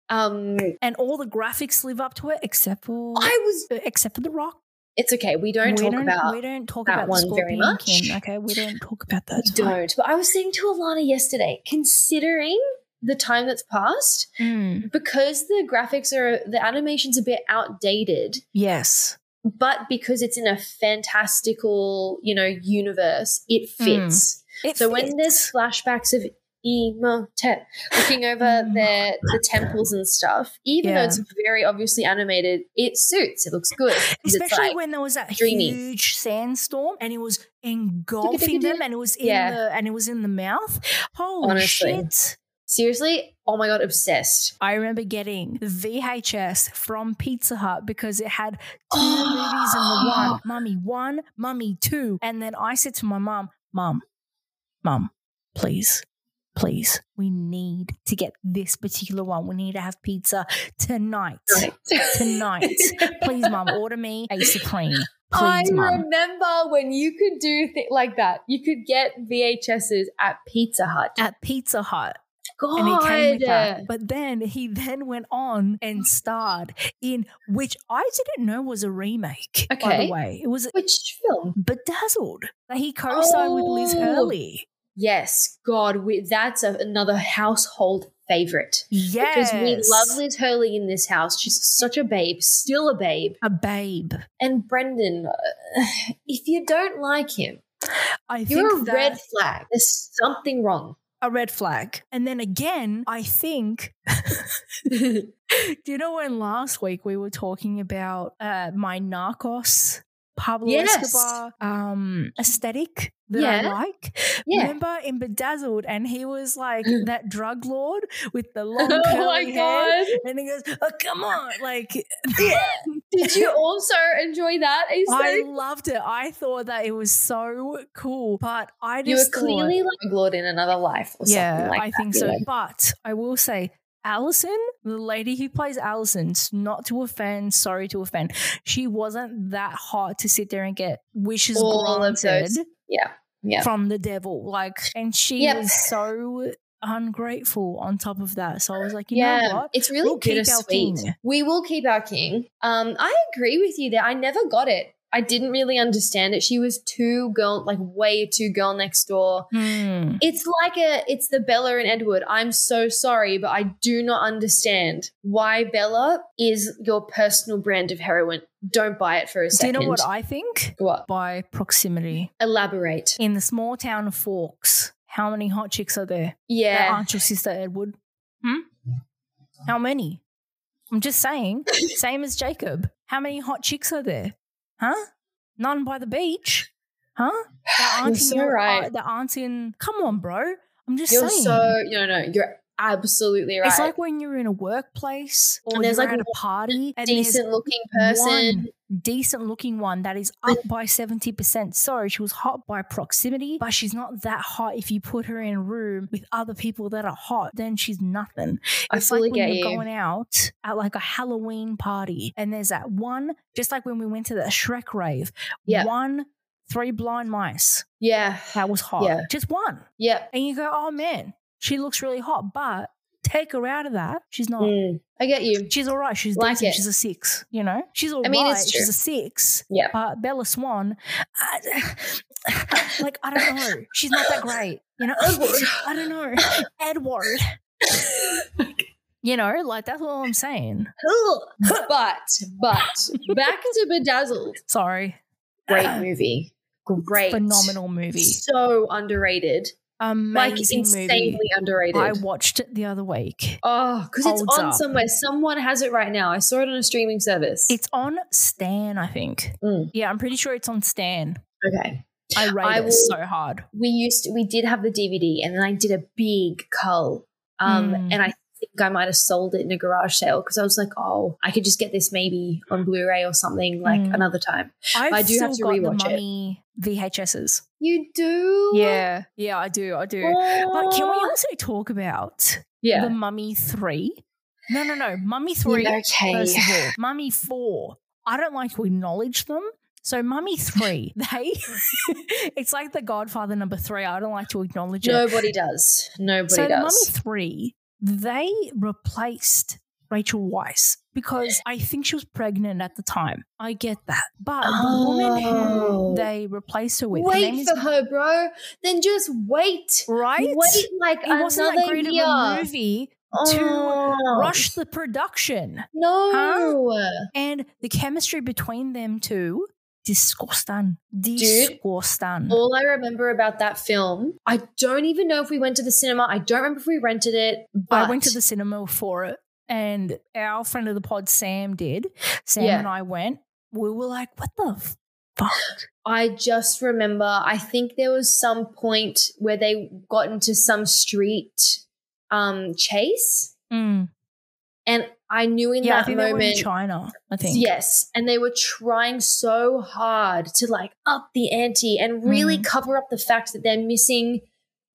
Speaker 1: um,
Speaker 2: and all the graphics live up to it except for
Speaker 1: I was,
Speaker 2: except for the rock.
Speaker 1: it's okay. We don't
Speaker 2: we
Speaker 1: talk
Speaker 2: don't,
Speaker 1: about
Speaker 2: we don't talk
Speaker 1: that
Speaker 2: about the
Speaker 1: one very
Speaker 2: Scorpion
Speaker 1: much.
Speaker 2: King. Okay, we don't talk about that.
Speaker 1: We don't. But I was saying to Alana yesterday, considering the time that's passed,
Speaker 2: Mm,
Speaker 1: because the graphics are the animation's a bit outdated,
Speaker 2: yes,
Speaker 1: but because it's in a fantastical, you know, universe, it fits.
Speaker 2: Hmm. It
Speaker 1: so when there's
Speaker 2: fits.
Speaker 1: flashbacks of Imhotep looking over their the temples and stuff, even
Speaker 2: Hmm. Yeah.
Speaker 1: though it's very obviously animated, it suits. It looks good. 'Cause it's
Speaker 2: Especially
Speaker 1: like-
Speaker 2: when there was that
Speaker 1: dreamy.
Speaker 2: huge sandstorm and it was engulfing them, and it was in
Speaker 1: Yeah.
Speaker 2: the and it was in the mouth. Holy
Speaker 1: Honestly.
Speaker 2: shit!
Speaker 1: seriously, oh my god, obsessed.
Speaker 2: I remember getting the VHS from Pizza Hut because it had
Speaker 1: [gasps]
Speaker 2: two movies in the one. Mummy one, mummy two. And then I said to my mum, Mum, Mum, please, please, we need to get this particular one. We need to have pizza tonight. Tonight. [laughs]
Speaker 1: [laughs]
Speaker 2: please, Mum, order me a Supreme.
Speaker 1: I
Speaker 2: Please, Mum.
Speaker 1: remember when you could do things like that. You could get VHSs at Pizza Hut.
Speaker 2: At Pizza Hut.
Speaker 1: God.
Speaker 2: and he came with that. But then he then went on and starred in which I didn't know was a remake. By
Speaker 1: Okay.
Speaker 2: the way, it was
Speaker 1: Which film?
Speaker 2: Bedazzled. That he co-starred with Liz
Speaker 1: Oh.
Speaker 2: Hurley.
Speaker 1: Yes, God, we, that's a, another household favorite.
Speaker 2: Yes,
Speaker 1: Because we love Liz Hurley in this house. She's such a babe, still a babe.
Speaker 2: a babe.
Speaker 1: And Brendan, uh, if you don't like him,
Speaker 2: I
Speaker 1: you're a
Speaker 2: think that-
Speaker 1: red flag. There's something
Speaker 2: [laughs]
Speaker 1: wrong. [laughs]
Speaker 2: a red flag. And then again, I think. [laughs] Do you know when last week we were talking about uh, my Narcos Pablo
Speaker 1: Yes.
Speaker 2: Escobar um, aesthetic that I
Speaker 1: Yeah.
Speaker 2: like?
Speaker 1: Yeah.
Speaker 2: Remember in Bedazzled, and he was
Speaker 1: [laughs]
Speaker 2: like that drug lord with the long curly
Speaker 1: Oh my
Speaker 2: hair,
Speaker 1: God.
Speaker 2: and he goes, "Oh come on!" Like,
Speaker 1: Did you also enjoy
Speaker 2: [laughs]
Speaker 1: that?
Speaker 2: I
Speaker 1: aesthetic?
Speaker 2: loved it. I thought that it was so cool, but I just
Speaker 1: you were
Speaker 2: thought-
Speaker 1: clearly like Lord in another life or
Speaker 2: yeah,
Speaker 1: something like
Speaker 2: I
Speaker 1: that,
Speaker 2: think
Speaker 1: you
Speaker 2: so.
Speaker 1: know?
Speaker 2: But I will say. Allison, the lady who plays Allison, s- not to offend, sorry to offend, she wasn't that hot to sit there and get wishes
Speaker 1: All of
Speaker 2: granted
Speaker 1: those. Yeah. Yeah.
Speaker 2: from the devil. Like, and she
Speaker 1: Yep.
Speaker 2: was so ungrateful on top of that. So I was like, you know
Speaker 1: Yeah.
Speaker 2: what?
Speaker 1: It's really
Speaker 2: We'll keep our
Speaker 1: bittersweet.
Speaker 2: king.
Speaker 1: We will keep our king. Um, I agree with you there. I never got it. I didn't really understand it. She was too girl, like way too girl next door.
Speaker 2: Hmm.
Speaker 1: It's like a, it's the Bella and Edward. I'm so sorry, but I do not understand why Bella is your personal brand of heroin. Don't buy it for a
Speaker 2: Do you
Speaker 1: second.
Speaker 2: know what I think?
Speaker 1: What?
Speaker 2: By proximity.
Speaker 1: Elaborate.
Speaker 2: in the small town of Forks, how many hot chicks are there that
Speaker 1: Yeah.
Speaker 2: aren't your sister Edward? Hmm? How many? I'm just saying, [coughs] same as Jacob. How many hot chicks are there? Huh? None by the beach? Huh? That
Speaker 1: [sighs] You're
Speaker 2: aren't in
Speaker 1: so
Speaker 2: your,
Speaker 1: right.
Speaker 2: uh, that aren't in come on, bro. I'm just
Speaker 1: You're
Speaker 2: saying.
Speaker 1: so no no. You're absolutely right.
Speaker 2: It's like when you're in a workplace or
Speaker 1: And there's,
Speaker 2: you're
Speaker 1: like,
Speaker 2: at a party and there's
Speaker 1: decent looking person.
Speaker 2: one decent looking one that is
Speaker 1: [laughs]
Speaker 2: up by 70%. Sorry, she was hot by proximity, but she's not that hot. If you put her in a room with other people that are hot, then she's nothing.
Speaker 1: I
Speaker 2: it's like
Speaker 1: fully
Speaker 2: when
Speaker 1: get
Speaker 2: you're
Speaker 1: you.
Speaker 2: going out at like a Halloween party and there's that one, just like when we went to that Shrek rave,
Speaker 1: Yeah.
Speaker 2: one, three blind mice
Speaker 1: yeah.
Speaker 2: that was hot.
Speaker 1: Yeah.
Speaker 2: Just one.
Speaker 1: Yeah.
Speaker 2: And you go, oh man, she looks really hot, but take her out of that, she's not.
Speaker 1: Mm. I get
Speaker 2: [laughs]
Speaker 1: you.
Speaker 2: She's all right. She's
Speaker 1: Like
Speaker 2: decent.
Speaker 1: it.
Speaker 2: She's a six. You know, she's all right.
Speaker 1: I mean, it's
Speaker 2: She's
Speaker 1: true.
Speaker 2: a six.
Speaker 1: Yeah.
Speaker 2: Uh, Bella Swan, I, [sighs] like I don't know. She's not that great. You know,
Speaker 1: Edward.
Speaker 2: [laughs] I don't know. Edward. You know, like that's all I'm saying.
Speaker 1: but but back to Bedazzled.
Speaker 2: Sorry, [laughs]
Speaker 1: Great movie. Great.
Speaker 2: phenomenal movie,
Speaker 1: So underrated.
Speaker 2: amazing
Speaker 1: like insanely
Speaker 2: movie.
Speaker 1: underrated.
Speaker 2: I watched it the other week.
Speaker 1: oh, because it's
Speaker 2: Holds
Speaker 1: on
Speaker 2: up.
Speaker 1: somewhere. Someone has it right now. I saw it on a streaming service.
Speaker 2: It's on Stan, I think.
Speaker 1: Mm.
Speaker 2: Yeah, I'm pretty sure it's on Stan.
Speaker 1: okay.
Speaker 2: I rate
Speaker 1: I
Speaker 2: it
Speaker 1: will-
Speaker 2: so hard.
Speaker 1: We used we did have the DVD, and then I did a big cull. Um,
Speaker 2: Mm.
Speaker 1: and I think I might have sold it in a garage sale because I was like, oh, I could just get this maybe on Blu-ray or something like
Speaker 2: Mm.
Speaker 1: another time.
Speaker 2: I've
Speaker 1: I do
Speaker 2: still
Speaker 1: have to
Speaker 2: got the
Speaker 1: rewatch it.
Speaker 2: mummy VHSs.
Speaker 1: You do?
Speaker 2: Yeah, yeah, I do, I do. But can we
Speaker 1: Aw.
Speaker 2: also talk about
Speaker 1: Yeah.
Speaker 2: the Mummy Three? No, no, no, Mummy Three.
Speaker 1: Okay. [laughs]
Speaker 2: First of all, Mummy Four. I don't like to acknowledge them. So
Speaker 1: [laughs]
Speaker 2: Mummy Three, they, [laughs] it's like the Godfather number three. I don't like to acknowledge it.
Speaker 1: Nobody does. Nobody
Speaker 2: so the Mummy
Speaker 1: does.
Speaker 2: Three, they replaced Rachel Weisz because I think she was pregnant at the time. I get that, but the woman
Speaker 1: Oh.
Speaker 2: who they replaced her with, her name
Speaker 1: wait
Speaker 2: is-
Speaker 1: for her, bro. Then just wait.
Speaker 2: right?
Speaker 1: Wait like
Speaker 2: it wasn't that
Speaker 1: another
Speaker 2: great
Speaker 1: year.
Speaker 2: of a movie. to
Speaker 1: Oh.
Speaker 2: Rush the production
Speaker 1: No.
Speaker 2: and the chemistry between them two. Disgusting, disgusting.
Speaker 1: All I remember about that film, I don't even know if we went to the cinema. I don't remember if we rented it. But
Speaker 2: I went to the cinema for it, and our friend of the pod, Sam, did. Sam
Speaker 1: Yeah.
Speaker 2: and I went. We were like, "What the
Speaker 1: [gasps]
Speaker 2: f- fuck?"
Speaker 1: I just remember. I think there was some point where they got into some street um chase,
Speaker 2: Mm.
Speaker 1: and I knew in
Speaker 2: Yeah, I
Speaker 1: that
Speaker 2: think they were in
Speaker 1: moment
Speaker 2: China. I think.
Speaker 1: Yes. And they were trying so hard to like up the ante and really
Speaker 2: Mhm.
Speaker 1: cover up the fact that they're missing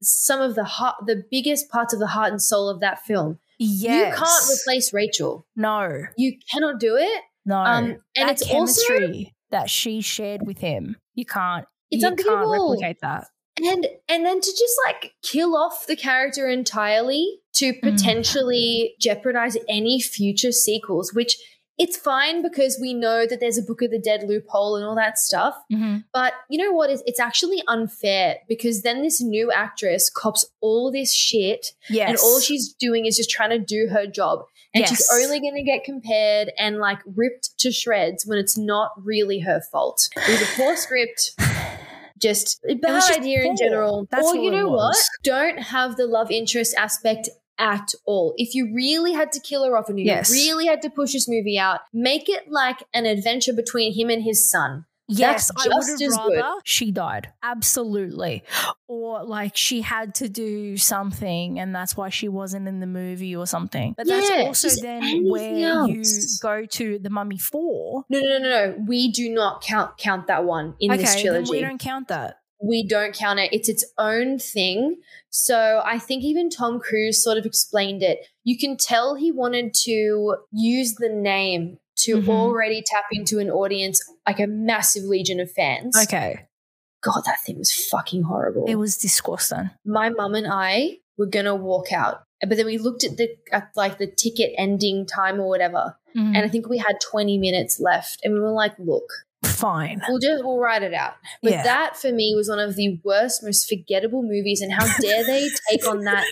Speaker 1: some of the heart, the biggest parts of the heart and soul of that film.
Speaker 2: Yes.
Speaker 1: You can't replace Rachel.
Speaker 2: No.
Speaker 1: You cannot do it.
Speaker 2: No.
Speaker 1: Um, and
Speaker 2: that
Speaker 1: it's also,
Speaker 2: chemistry that she shared with him. You can't.
Speaker 1: It's
Speaker 2: you can't
Speaker 1: unbelievable.
Speaker 2: replicate that.
Speaker 1: and, and then to just like kill off the character entirely to
Speaker 2: Mm.
Speaker 1: potentially jeopardize any future sequels, which it's fine because we know that there's a Book of the Dead loophole and all that stuff.
Speaker 2: Mhm.
Speaker 1: But you know what? It's, it's actually unfair because then this new actress cops all this shit,
Speaker 2: Yes.
Speaker 1: and all she's doing is just trying to do her job. And she's
Speaker 2: Yes.
Speaker 1: only going to get compared and like ripped to shreds when it's not really her fault. It was a poor script. Just a bad
Speaker 2: was just
Speaker 1: idea in
Speaker 2: poor.
Speaker 1: general.
Speaker 2: That's
Speaker 1: or
Speaker 2: all
Speaker 1: you
Speaker 2: it
Speaker 1: know what?
Speaker 2: was.
Speaker 1: Don't have the love interest aspect at all. If you really had to kill her off and you
Speaker 2: Yes.
Speaker 1: really had to push this movie out, make it like an adventure between him and his son.
Speaker 2: Yes,
Speaker 1: That's
Speaker 2: I would
Speaker 1: just
Speaker 2: have
Speaker 1: as
Speaker 2: rather
Speaker 1: good.
Speaker 2: she died. Absolutely. Or like she had to do something and that's why she wasn't in the movie or something. But that's
Speaker 1: Yeah,
Speaker 2: also
Speaker 1: just
Speaker 2: then
Speaker 1: anything
Speaker 2: where
Speaker 1: else.
Speaker 2: you go to the Mummy 4.
Speaker 1: No, no, no, no. no. We do not count count that one in
Speaker 2: okay,
Speaker 1: this
Speaker 2: then
Speaker 1: trilogy.
Speaker 2: we don't count that.
Speaker 1: count it. It's its own thing. So I think even Tom Cruise sort of explained it. You can tell he wanted to use the name to
Speaker 2: Mhm.
Speaker 1: already tap into an audience like a massive legion of fans.
Speaker 2: Okay.
Speaker 1: God, that thing was fucking horrible.
Speaker 2: It was disgusting.
Speaker 1: My mum and I were gonna walk out, but then we looked at the at like the ticket ending time or whatever,
Speaker 2: Mm-hmm. Mm.
Speaker 1: and I think we had twenty minutes left, and we were like, "Look,
Speaker 2: Fine.
Speaker 1: We'll just we'll write it out. But
Speaker 2: Yeah.
Speaker 1: that for me was one of the worst, most forgettable movies. And how dare they take on that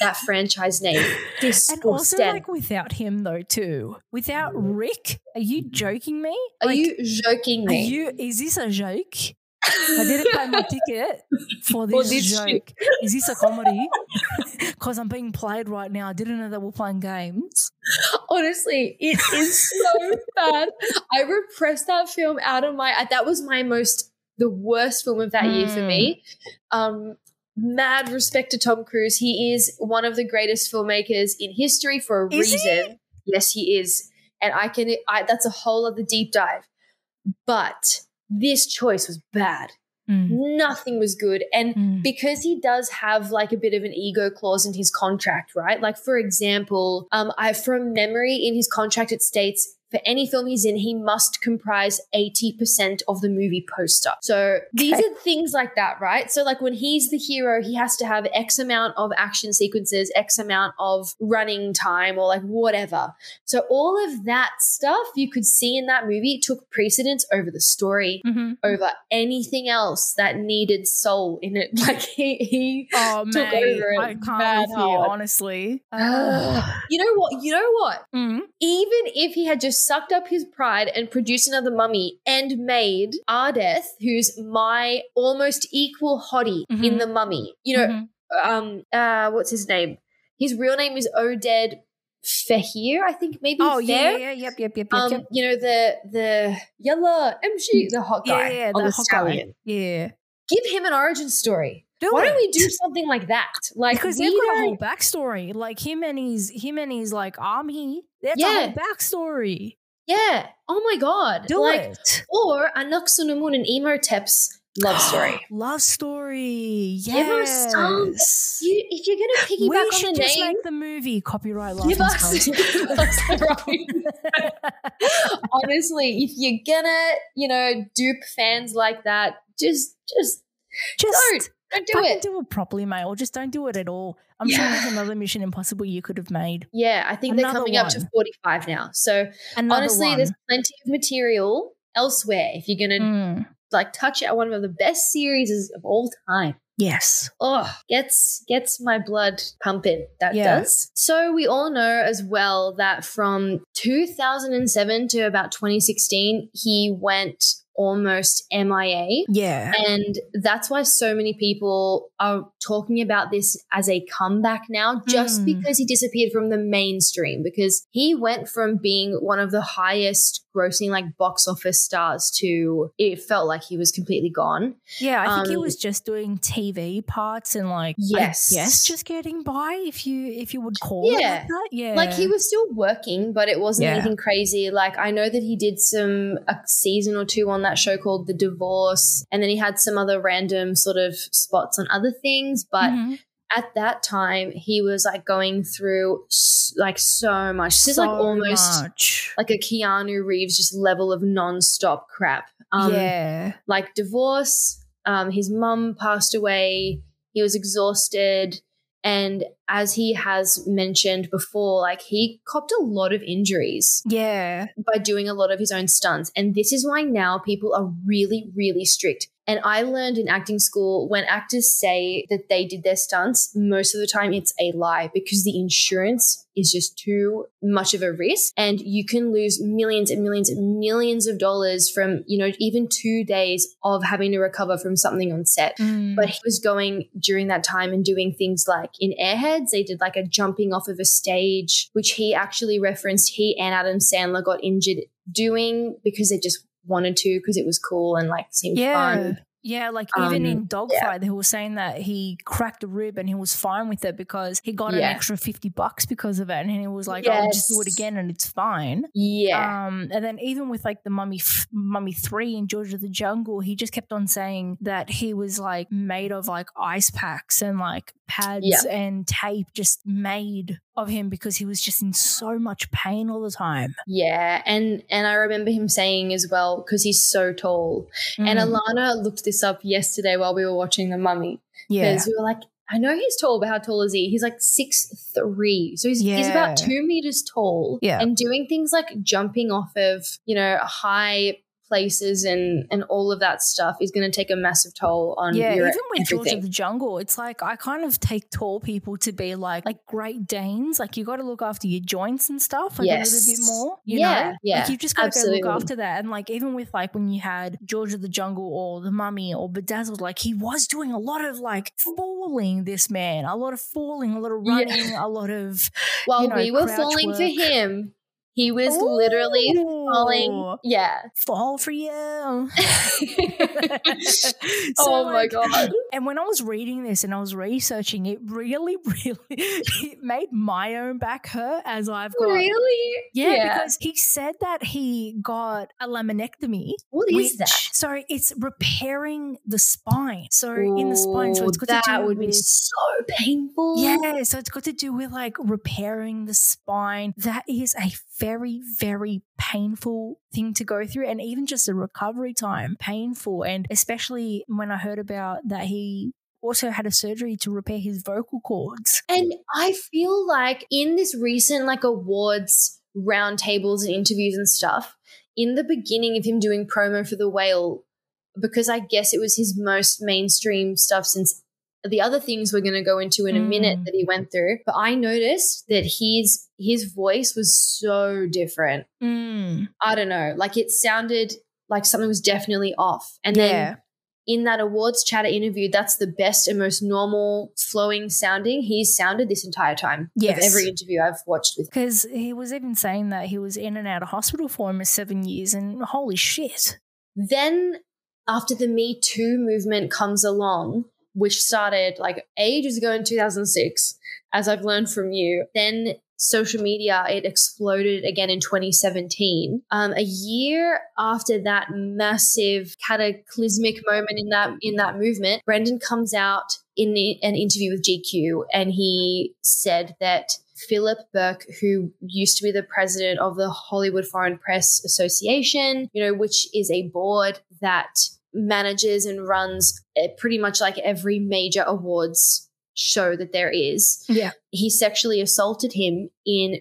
Speaker 1: that franchise name? Disgusting.
Speaker 2: [laughs] And also like without him though too. Without Rick, are you joking me?
Speaker 1: are
Speaker 2: Like,
Speaker 1: you joking
Speaker 2: Are
Speaker 1: me? [laughs]
Speaker 2: you? Is this a joke? I didn't pay my ticket for
Speaker 1: For
Speaker 2: this,
Speaker 1: this
Speaker 2: joke.
Speaker 1: shit.
Speaker 2: Is this a comedy? [laughs] Because I'm being played right now. I didn't know they were playing games.
Speaker 1: Honestly, it is
Speaker 2: [laughs]
Speaker 1: so bad. I repressed that film out of my. That was my most the worst film of that year for
Speaker 2: Hmm.
Speaker 1: me. Um, mad respect to Tom Cruise. He is one of the greatest filmmakers in history for a
Speaker 2: Is he?
Speaker 1: reason. Yes, he is, and I can. I, that's a whole other deep dive. But this choice was bad. Mm.
Speaker 2: Hmm.
Speaker 1: Nothing was good, and
Speaker 2: Mm.
Speaker 1: because he does have like a bit of an ego clause in his contract, right? Like for example, um, I from memory in his contract it states for any film he's in, he must comprise 80% of the movie poster. So these
Speaker 2: Okay.
Speaker 1: are things like that, right? So, like when he's the hero, he has to have X amount of action sequences, X amount of running time, or like whatever. So, all of that stuff you could see in that movie took precedence over the story,
Speaker 2: hmm
Speaker 1: over anything else that needed soul in it. [laughs] Like, he, he
Speaker 2: Oh
Speaker 1: Took
Speaker 2: man,
Speaker 1: over it
Speaker 2: I
Speaker 1: bad
Speaker 2: can't with you,
Speaker 1: hard.
Speaker 2: honestly.
Speaker 1: [sighs] uh,
Speaker 2: [sighs]
Speaker 1: you know what? You know what?
Speaker 2: Mhm.
Speaker 1: even if he had just sucked up his pride and produced another mummy and made Ardeth, who's my almost equal hottie
Speaker 2: Mhm.
Speaker 1: in the mummy, you know,
Speaker 2: Mhm.
Speaker 1: um, uh, what's his name? His real name is Oded Fehir, I think maybe.
Speaker 2: Oh yeah,
Speaker 1: Fair?
Speaker 2: yeah, yeah, yep, yep, yep, yep,
Speaker 1: Um,
Speaker 2: yep.
Speaker 1: you know the the yellow MG, the hot
Speaker 2: Yeah,
Speaker 1: guy
Speaker 2: yeah,
Speaker 1: on
Speaker 2: the
Speaker 1: the,
Speaker 2: hot guy.
Speaker 1: stallion.
Speaker 2: Yeah.
Speaker 1: Give him an origin story.
Speaker 2: Do
Speaker 1: Why don't
Speaker 2: it.
Speaker 1: we do something like that? Like
Speaker 2: because
Speaker 1: we
Speaker 2: they've got a
Speaker 1: don't-
Speaker 2: whole backstory. Like him and his him and his like army. That's a
Speaker 1: Yeah.
Speaker 2: whole backstory.
Speaker 1: yeah. Oh my god!
Speaker 2: Do
Speaker 1: like
Speaker 2: it.
Speaker 1: or Anaxunamun and Emotep's
Speaker 2: [gasps]
Speaker 1: love story.
Speaker 2: Love story.
Speaker 1: Give us
Speaker 2: Yes.
Speaker 1: some- You, if you're going to
Speaker 2: we
Speaker 1: piggyback on
Speaker 2: should
Speaker 1: the
Speaker 2: just
Speaker 1: name,
Speaker 2: make the movie copyright
Speaker 1: give us,
Speaker 2: license.
Speaker 1: give [laughs] us the right. [gasps] Honestly, if you're gonna, you know, dupe fans like that, just, just
Speaker 2: [laughs] just
Speaker 1: don't do
Speaker 2: fucking
Speaker 1: it.
Speaker 2: do it properly, mate, or just don't do it at all. I'm sure
Speaker 1: Yeah.
Speaker 2: there's another Mission Impossible you could have made.
Speaker 1: Yeah, I think
Speaker 2: Another
Speaker 1: they're coming up to
Speaker 2: one.
Speaker 1: 45 now. So
Speaker 2: Another
Speaker 1: honestly,
Speaker 2: one.
Speaker 1: there's plenty of material elsewhere if you're gonna
Speaker 2: Mm.
Speaker 1: like touch at one of the best series of all time.
Speaker 2: Yes.
Speaker 1: oh gets gets my blood pumping that
Speaker 2: Yeah.
Speaker 1: does so we all know as well that from 2007 to about 2016 he went almost mia
Speaker 2: Yeah.
Speaker 1: and that's why so many people are talking about this as a comeback now, just
Speaker 2: Hmm.
Speaker 1: because he disappeared from the mainstream. Because he went from being one of the highest grossing like box office stars to it felt like he was completely gone.
Speaker 2: Yeah, I think he
Speaker 1: Um,
Speaker 2: was just doing TV parts and like
Speaker 1: Yes.
Speaker 2: yes, just getting by if you if you would call yeah. it
Speaker 1: Yeah.
Speaker 2: like that. Yeah,
Speaker 1: Like he was still working, but it wasn't
Speaker 2: Yeah.
Speaker 1: anything crazy. Like I know that he did some a season or two on that show called The Divorce, and then he had some other random sort of spots on other things. But
Speaker 2: Mhm.
Speaker 1: at that time, he was like going through s- like so much. This is like
Speaker 2: So
Speaker 1: almost
Speaker 2: much.
Speaker 1: like a Keanu Reeves just level of nonstop crap. Um,
Speaker 2: yeah,
Speaker 1: like divorce. Um, his mum passed away. He was exhausted. And as he has mentioned before, like he copped a lot of injuries
Speaker 2: yeah,
Speaker 1: by doing a lot of his own stunts. And this is why now people are really, really strict. And I learned in acting school when actors say that they did their stunts, most of the time it's a lie because the insurance is just too much of a risk. And you can lose millions and millions and millions of dollars from, you know, even two days of having to recover from something on set.
Speaker 2: Mm.
Speaker 1: But he was going during that time and doing things like in Airheads, they did like a jumping off of a stage, which he actually referenced he and Adam Sandler got injured doing because they just wanted to because it was cool and like seemed
Speaker 2: yeah.
Speaker 1: fun.
Speaker 2: Yeah, like
Speaker 1: Um,
Speaker 2: even in Dogfight, they were saying that he cracked a rib and he was fine with it because he got an
Speaker 1: Yeah.
Speaker 2: extra 50 bucks because of it. And he was like, oh, just do it
Speaker 1: Yes.
Speaker 2: again and it's fine.
Speaker 1: Yeah.
Speaker 2: Um, and then even with like the Mummy f- Mummy Three in George of the Jungle, he just kept on saying that he was like made of like ice packs and like pads
Speaker 1: Yeah.
Speaker 2: and tape just made of him because he was just in so much pain all the time.
Speaker 1: yeah. And and I remember him saying as well, because he's so tall. And
Speaker 2: Mm.
Speaker 1: Alana looked this up yesterday while we were watching The Mummy.
Speaker 2: yeah,
Speaker 1: Because we were like, I know he's tall, but how tall is he? He's like six three. So he's he's about
Speaker 2: Yeah.
Speaker 1: two meters tall.
Speaker 2: Yeah.
Speaker 1: And doing things like jumping off of, you know, high places and and all of that stuff is gonna take a massive toll on
Speaker 2: yeah.
Speaker 1: your
Speaker 2: Even with George
Speaker 1: everything.
Speaker 2: of the Jungle, it's like I kind of take tall people to be like like Great Danes. Like you got to look after your joints and stuff like a little
Speaker 1: Yes.
Speaker 2: bit more. You
Speaker 1: Yeah,
Speaker 2: know?
Speaker 1: yeah,
Speaker 2: Like you've just got to go look
Speaker 1: absolutely.
Speaker 2: after that. And like even with like when you had George of the Jungle or The Mummy or Bedazzled, like he was doing a lot of like falling. This man, a lot of falling, a lot of
Speaker 1: Yeah.
Speaker 2: running, a lot of
Speaker 1: While
Speaker 2: you know,
Speaker 1: we were
Speaker 2: crouch
Speaker 1: falling for
Speaker 2: work. Oh.
Speaker 1: him, he was literally falling.
Speaker 2: Ooh, [laughs]
Speaker 1: Yeah. [laughs]
Speaker 2: Fall for you.
Speaker 1: oh
Speaker 2: So,
Speaker 1: my
Speaker 2: like,
Speaker 1: god.
Speaker 2: [laughs] And when I was reading this and I was researching, it really, [laughs] really it made my own back hurt as I've got.
Speaker 1: Really?
Speaker 2: Yeah, because he said that he got a laminectomy.
Speaker 1: what
Speaker 2: which,
Speaker 1: is that?
Speaker 2: So it's repairing the spine. So in the spine, so it's
Speaker 1: Ooh,
Speaker 2: got to
Speaker 1: that
Speaker 2: do
Speaker 1: would
Speaker 2: with
Speaker 1: be so painful.
Speaker 2: yeah, so it's got to do with like repairing the spine. That is a very, very painful thing to go through. And even just the recovery time, painful. And especially when I heard about that he also had a surgery to repair his vocal cords.
Speaker 1: And I feel like in this recent like awards roundtables and interviews and stuff, in the beginning of him doing promo for the whale, because I guess it was his most mainstream stuff since the other things we're going to go into in a
Speaker 2: Mm.
Speaker 1: minute that he went through. But I noticed that his his voice was so different.
Speaker 2: Mm.
Speaker 1: I don't know, like it sounded like something was definitely off. And then
Speaker 2: Yeah.
Speaker 1: in that awards chatter interview, that's the best and most normal flowing sounding he's sounded this entire time.
Speaker 2: Yes.
Speaker 1: Of every interview I've watched with
Speaker 2: Because he was even saying that he was in and out of hospital for almost seven years, and holy shit.
Speaker 1: him. Then after the Me Too movement comes along, which started like ages ago in 2006, as I've learned from you, then social media, it exploded again in 2017. Um, a year after that massive cataclysmic moment in that, in that movement, Brendan comes out in the- an interview with GQ and he said that Philip Burke, who used to be the president of the Hollywood Foreign Press Association, you know, which is a board that manages and runs eh, pretty much like every major awards show that there is
Speaker 2: Yeah.
Speaker 1: he sexually assaulted him in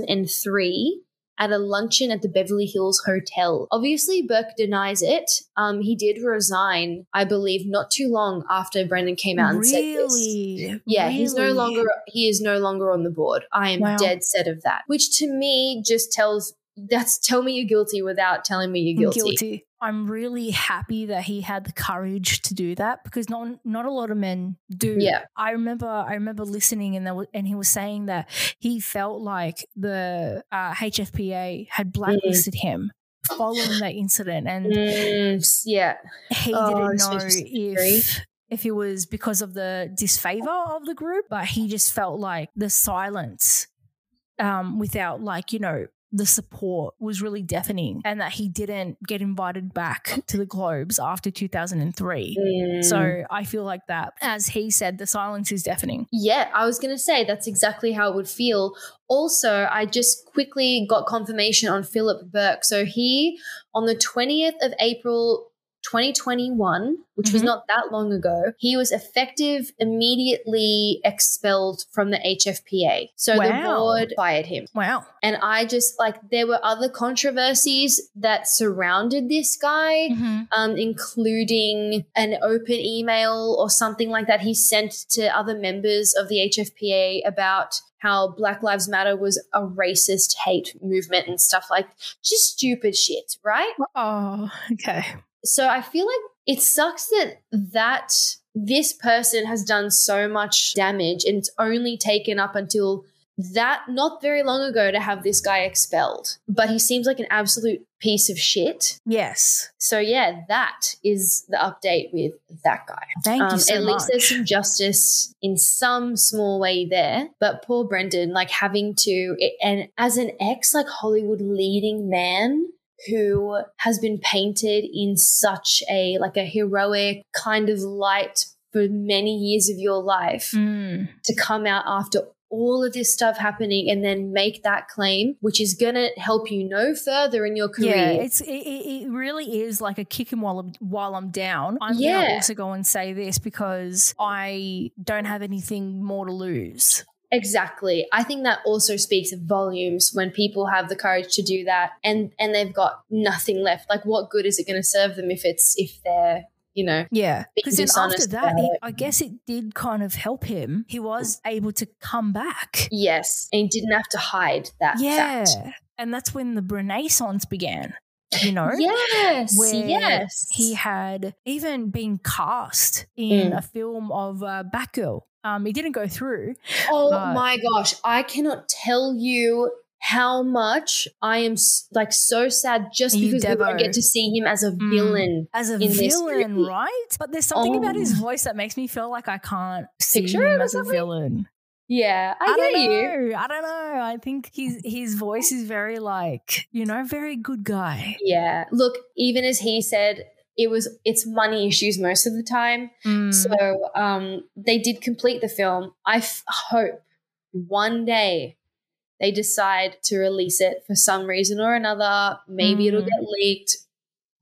Speaker 1: 2003 at a luncheon at the Beverly Hills Hotel. Obviously, Burke denies it. Um, he did resign, I believe, not too long after Brendan came out and said this.
Speaker 2: Really?
Speaker 1: Yeah, he's no
Speaker 2: Really?
Speaker 1: longer he is no longer on the board. I am
Speaker 2: Wow.
Speaker 1: dead set of that. Which to me just tells that's tell me you're guilty without telling me you're
Speaker 2: I'm
Speaker 1: guilty.
Speaker 2: I'm really happy that he had the courage to do that because not not a lot of men do.
Speaker 1: Yeah.
Speaker 2: I remember I remember listening and there was, and he was saying that he felt like the uh, HFPA had blacklisted him following that incident and
Speaker 1: Mm, yeah.
Speaker 2: he
Speaker 1: Oh,
Speaker 2: didn't
Speaker 1: this
Speaker 2: know
Speaker 1: makes me so
Speaker 2: if if it was because of the disfavor of the group, but he just felt like the silence um, without like you know the support was really deafening, and that he didn't get invited back to the Globes after 2003.
Speaker 1: Mm.
Speaker 2: So I feel like that, as he said, the silence is deafening.
Speaker 1: Yeah, I was going to say that's exactly how it would feel. Also, I just quickly got confirmation on Philip Burke. So he, on the 20th of April 2021, which was
Speaker 2: Mhm.
Speaker 1: not that long ago, he was effective immediately expelled from the HFPA. So the
Speaker 2: Wow.
Speaker 1: board fired him.
Speaker 2: Wow.
Speaker 1: And I just like, there were other controversies that surrounded this guy um, including an open email or something like that he sent to other members of the HFPA about how Black Lives Matter was a racist hate movement and stuff like just stupid shit, right?
Speaker 2: Oh, okay.
Speaker 1: So I feel like it sucks that that this person has done so much damage and it's only taken up until that not very long ago to have this guy expelled. But he seems like an absolute piece of shit.
Speaker 2: Yes.
Speaker 1: So yeah, that is the update with that guy.
Speaker 2: Thank you so
Speaker 1: Um, at
Speaker 2: much.
Speaker 1: least there's some justice in some small way there. But poor Brendan, like having to, it- and as an ex, like Hollywood leading man who has been painted in such a like a heroic kind of light for many years of your life
Speaker 2: Mm.
Speaker 1: to come out after all of this stuff happening and then make that claim which is going to help you no further in your career
Speaker 2: Yeah, it's it, it it really is like a kick him while I'm, while I'm down. I'm
Speaker 1: Yeah.
Speaker 2: gonna also go and say this because I don't have anything more to lose.
Speaker 1: Exactly. I think that also speaks volumes when people have the courage to do that and and they've got nothing left. Like what good is it going to serve them if it's if they're, you know,
Speaker 2: Yeah,
Speaker 1: Being
Speaker 2: because then after
Speaker 1: dishonest
Speaker 2: that,
Speaker 1: about
Speaker 2: it-
Speaker 1: it.
Speaker 2: I guess it did kind of help him. He was able to come back.
Speaker 1: yes, and didn't have to hide that
Speaker 2: yeah,
Speaker 1: fact.
Speaker 2: and that's when the Renaissance began. You know,
Speaker 1: Yes.
Speaker 2: Where
Speaker 1: yes.
Speaker 2: he had even been cast in
Speaker 1: Mm.
Speaker 2: a film of uh, Batgirl. Um, it didn't go through.
Speaker 1: oh
Speaker 2: but-
Speaker 1: my gosh, I cannot tell you how much I am s- like so sad just
Speaker 2: You
Speaker 1: because we won't
Speaker 2: devo.
Speaker 1: get to see him as a
Speaker 2: Mm.
Speaker 1: villain.
Speaker 2: as a
Speaker 1: in this
Speaker 2: villain,
Speaker 1: movie.
Speaker 2: right? But there's something about
Speaker 1: Oh.
Speaker 2: his voice that makes me feel like I can't see
Speaker 1: Picture him
Speaker 2: him
Speaker 1: or
Speaker 2: as a
Speaker 1: something?
Speaker 2: villain.
Speaker 1: Yeah, I,
Speaker 2: don't
Speaker 1: get you.
Speaker 2: know. I don't know. I think his his voice is very like you know, very good guy.
Speaker 1: Yeah. Look, even as he said, it was it's money issues most of the time.
Speaker 2: So-
Speaker 1: Mm, So um, they did complete the film. I f- hope one day they decide to release it for some reason or another. Maybe it'll
Speaker 2: Mm.
Speaker 1: get leaked.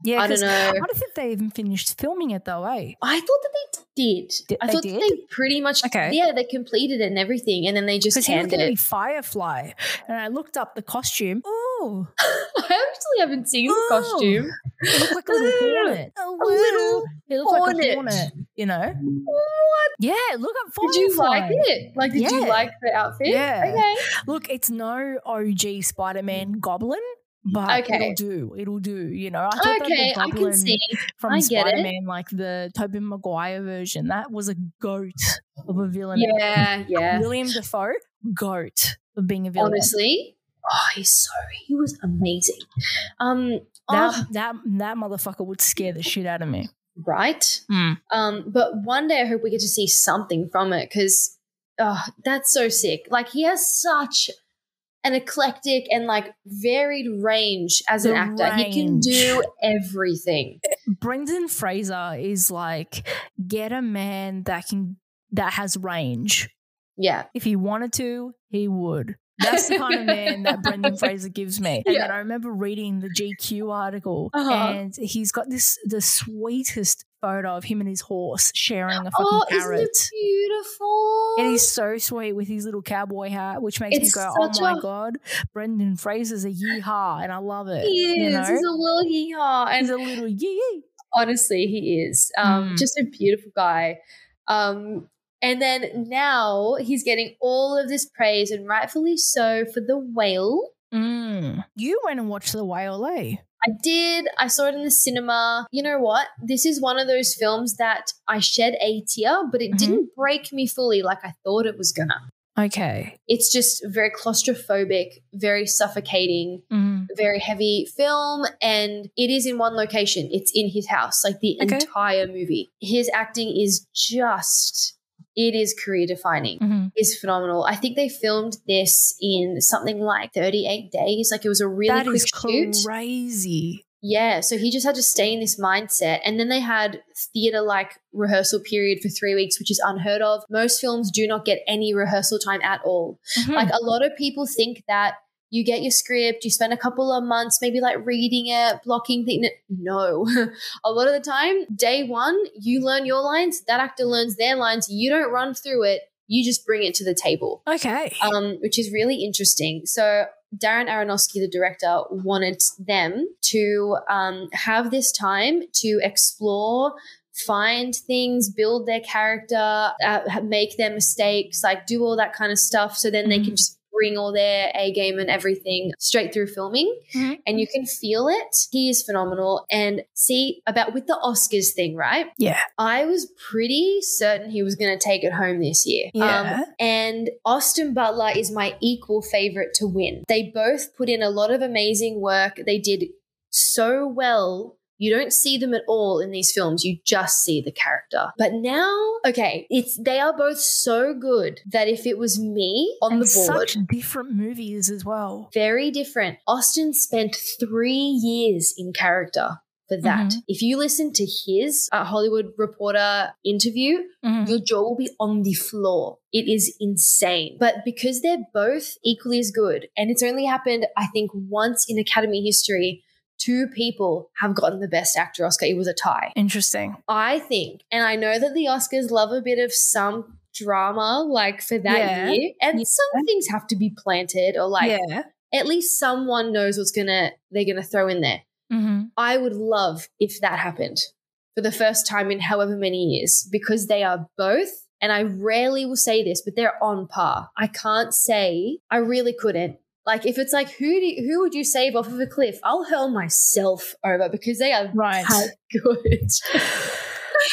Speaker 2: Yeah,
Speaker 1: I don't
Speaker 2: 'cause
Speaker 1: know.
Speaker 2: I don't think they even finished filming it though, eh?
Speaker 1: I thought that they did.
Speaker 2: Did-
Speaker 1: I
Speaker 2: they
Speaker 1: thought
Speaker 2: did?
Speaker 1: That they pretty much
Speaker 2: Okay.
Speaker 1: yeah, they completed it and everything and then they just
Speaker 2: Because he was
Speaker 1: canned
Speaker 2: going to be
Speaker 1: it.
Speaker 2: Firefly, and I looked up the costume.
Speaker 1: [laughs]
Speaker 2: Ooh,
Speaker 1: [laughs] I actually haven't seen the
Speaker 2: Ooh.
Speaker 1: costume.
Speaker 2: it looked like a little hornet. A
Speaker 1: little
Speaker 2: it looked like
Speaker 1: hornet.
Speaker 2: a hornet. You know?
Speaker 1: What?
Speaker 2: Yeah, look up Firefly.
Speaker 1: Did you like it? Like did you
Speaker 2: Yeah.
Speaker 1: like the outfit?
Speaker 2: Yeah.
Speaker 1: Okay.
Speaker 2: Look, it's no OG Spider-Man Goblin, but
Speaker 1: Okay.
Speaker 2: it'll do. It'll do. You know, I thought
Speaker 1: okay,
Speaker 2: that the
Speaker 1: I
Speaker 2: Goblin
Speaker 1: can see.
Speaker 2: from
Speaker 1: I get it.
Speaker 2: Spider-Man, like the Tobey Maguire version, that was a goat of a villain.
Speaker 1: Yeah, yeah.
Speaker 2: William Defoe, goat of being a villain.
Speaker 1: Honestly. Oh, he's so he was amazing. Um
Speaker 2: That,
Speaker 1: oh,
Speaker 2: Ah, that that motherfucker would scare the shit out of me.
Speaker 1: right. Um, but one day I hope we get to see something from it because oh, that's so sick. Like he has such an eclectic and like varied range as an
Speaker 2: The
Speaker 1: actor. He can do
Speaker 2: range.
Speaker 1: everything.
Speaker 2: Brendan Fraser is like get a man that can that has range.
Speaker 1: Yeah.
Speaker 2: If he wanted to, he would. That's the kind of man that
Speaker 1: [laughs]
Speaker 2: Brendan Fraser gives me. And
Speaker 1: Yeah.
Speaker 2: then I remember reading the GQ article,
Speaker 1: Uh-huh.
Speaker 2: and he's got this the sweetest photo of him and his horse sharing
Speaker 1: [gasps]
Speaker 2: a fucking
Speaker 1: Oh, isn't
Speaker 2: carrot.
Speaker 1: it beautiful?
Speaker 2: It is so sweet with his little cowboy hat, which makes
Speaker 1: It's
Speaker 2: me go, "Oh
Speaker 1: such
Speaker 2: my
Speaker 1: a-
Speaker 2: god, Brendan Fraser's a yeehaw," and I love it.
Speaker 1: He is.
Speaker 2: you know?
Speaker 1: He's a little yeehaw. And
Speaker 2: He's a little yee.
Speaker 1: honestly he is um
Speaker 2: Mm.
Speaker 1: just a beautiful guy um and then now he's getting all of this praise and rightfully so for the whale
Speaker 2: Mm. You went and watched the whale, eh?
Speaker 1: i did i saw it in the cinema you know what this is one of those films that i shed a tear but it
Speaker 2: Mhm.
Speaker 1: didn't break me fully like i thought it was gonna
Speaker 2: Okay.
Speaker 1: it's just very claustrophobic very suffocating
Speaker 2: Mm.
Speaker 1: very heavy film and it is in one location it's in his house like the
Speaker 2: Okay.
Speaker 1: entire movie his acting is just it is career defining
Speaker 2: Mhm.
Speaker 1: is phenomenal i think they filmed this in something like 38 days like it was a really
Speaker 2: That
Speaker 1: quick
Speaker 2: is
Speaker 1: shoot
Speaker 2: crazy.
Speaker 1: yeah so he just had to stay in this mindset and then they had theater like rehearsal period for 3 weeks which is unheard of most films do not get any rehearsal time at all
Speaker 2: Like,
Speaker 1: like a lot of people think that you get your script, you spend a couple of months maybe like reading it, blocking things. No, [laughs] a lot of the time, day one, you learn your lines, that actor learns their lines. You don't run through it, you just bring it to the table,
Speaker 2: Mm-hmm. okay.
Speaker 1: [laughs] um, which is really interesting. So, Darren Aronofsky, the director, wanted them to um, have this time to explore. Find things, build their character, uh, make their mistakes, like do all that kind of stuff. So then they
Speaker 2: Mhm.
Speaker 1: can just bring all their A game and everything straight through filming.
Speaker 2: Mhm.
Speaker 1: And you can feel it. He is phenomenal. And see, about with the Oscars thing, right?
Speaker 2: yeah.
Speaker 1: I was pretty certain he was going to take it home this year.
Speaker 2: Yeah.
Speaker 1: Um, and Austin Butler is my equal favorite to win. They both put in a lot of amazing work. They did so well. You don't see them at all in these films. You just see the character. But now, okay, it's they are both so good that if it was me on
Speaker 2: And
Speaker 1: the board,
Speaker 2: Such different movies as well.
Speaker 1: very different. Austin spent three years in character for that.
Speaker 2: Mhm.
Speaker 1: If you listen to his uh, Hollywood Reporter interview,
Speaker 2: Mhm.
Speaker 1: your jaw will be on the floor. It is insane. But because they're both equally as good, and it's only happened, I think, once in Academy history, two people have gotten the Best Actor Oscar. It was a tie.
Speaker 2: Interesting.
Speaker 1: I think, and I know that the Oscars love a bit of some drama, like for that
Speaker 2: Yeah.
Speaker 1: year, and
Speaker 2: Yeah.
Speaker 1: some things have to be planted or like
Speaker 2: yeah.
Speaker 1: at least someone knows what's gonna they're gonna throw in there.
Speaker 2: Mm-hmm.
Speaker 1: I would love if that happened for the first time in however many years because they are both, and I rarely will say this, but they're on par. I can't say I really couldn't. Like if it's like who do you- who would you save off of a cliff? I'll hurl myself over because they are
Speaker 2: Right.
Speaker 1: that good. [laughs]
Speaker 2: I-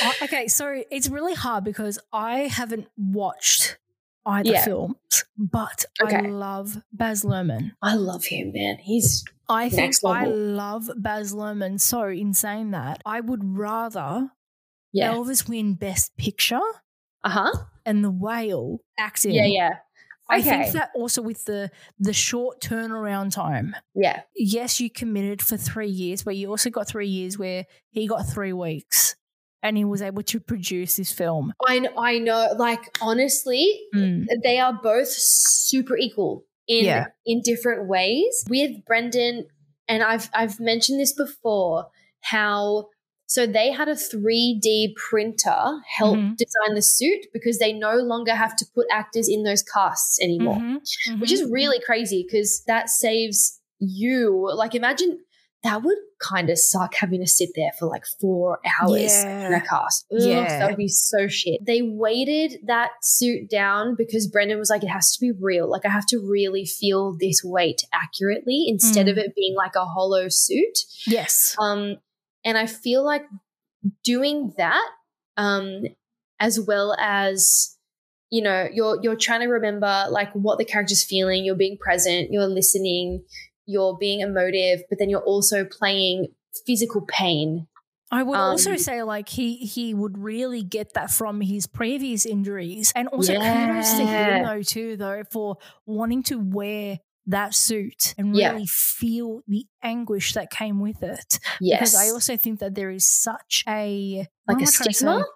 Speaker 2: Oh, okay, so it's really hard because I haven't watched either
Speaker 1: Yeah.
Speaker 2: films, but I
Speaker 1: Okay.
Speaker 2: love Baz Luhrmann.
Speaker 1: I love him, man. He's
Speaker 2: I think
Speaker 1: Next
Speaker 2: I
Speaker 1: level.
Speaker 2: love Baz Luhrmann. So in saying that, I would rather
Speaker 1: yeah.
Speaker 2: Elvis win Best Picture
Speaker 1: Uh huh.
Speaker 2: and The Whale acting.
Speaker 1: Yeah, yeah.
Speaker 2: I
Speaker 1: Okay.
Speaker 2: think that also with the the short turnaround time.
Speaker 1: Yeah.
Speaker 2: Yes, you committed for three years, but you also got three years where he got three weeks, and he was able to produce this film.
Speaker 1: I know, I know. Like honestly,
Speaker 2: Mm.
Speaker 1: they are both super equal. in
Speaker 2: Yeah.
Speaker 1: in different ways with Brendan and I've I've mentioned this before how so they had a 3D printer help
Speaker 2: Mhm.
Speaker 1: design the suit because they no longer have to put actors in those casts anymore
Speaker 2: Mhm, mhm.
Speaker 1: which is really crazy because that saves you. Like, imagine that would kind of suck having to sit there for like four hours in
Speaker 2: Yeah.
Speaker 1: a cast. Ugh,
Speaker 2: Yeah.
Speaker 1: That would be so shit. They weighted that suit down because Brendan was like, it has to be real. Like, I have to really feel this weight accurately instead
Speaker 2: Mm.
Speaker 1: of it being like a hollow suit.
Speaker 2: yes.
Speaker 1: Um, and I feel like doing that, um, as well as you know, you're you're trying to remember like what the character's feeling. You're being present. You're listening. You're being emotive, but then you're also playing physical pain.
Speaker 2: I would
Speaker 1: um,
Speaker 2: also say like he he would really get that from his previous injuries, and also kudos to him
Speaker 1: Yeah.
Speaker 2: though too though for wanting to wear that suit and
Speaker 1: Yeah.
Speaker 2: really feel the anguish that came with it.
Speaker 1: Yes,
Speaker 2: Because I also think that there is such a what
Speaker 1: like
Speaker 2: am
Speaker 1: a
Speaker 2: I trying to
Speaker 1: stigma.
Speaker 2: say?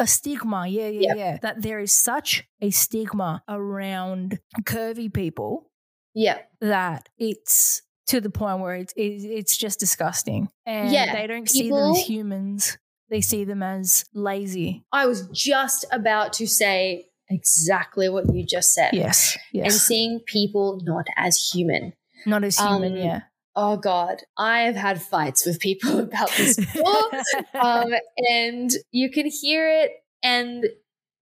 Speaker 2: a stigma. Yeah, yeah,
Speaker 1: Yep.
Speaker 2: yeah. That there is such a stigma around curvy people
Speaker 1: Yeah,
Speaker 2: that it's to the point where it's it, it's just disgusting, and
Speaker 1: Yeah,
Speaker 2: they don't see them as
Speaker 1: people-
Speaker 2: humans. They see them as lazy.
Speaker 1: I was just about to say exactly what you just said.
Speaker 2: Yes,
Speaker 1: and
Speaker 2: yes.
Speaker 1: seeing people not as human.
Speaker 2: Not as human.
Speaker 1: um,
Speaker 2: yeah.
Speaker 1: Oh God, I have had fights with people [laughs] about this
Speaker 2: [laughs]
Speaker 1: before. um, and you can hear it. And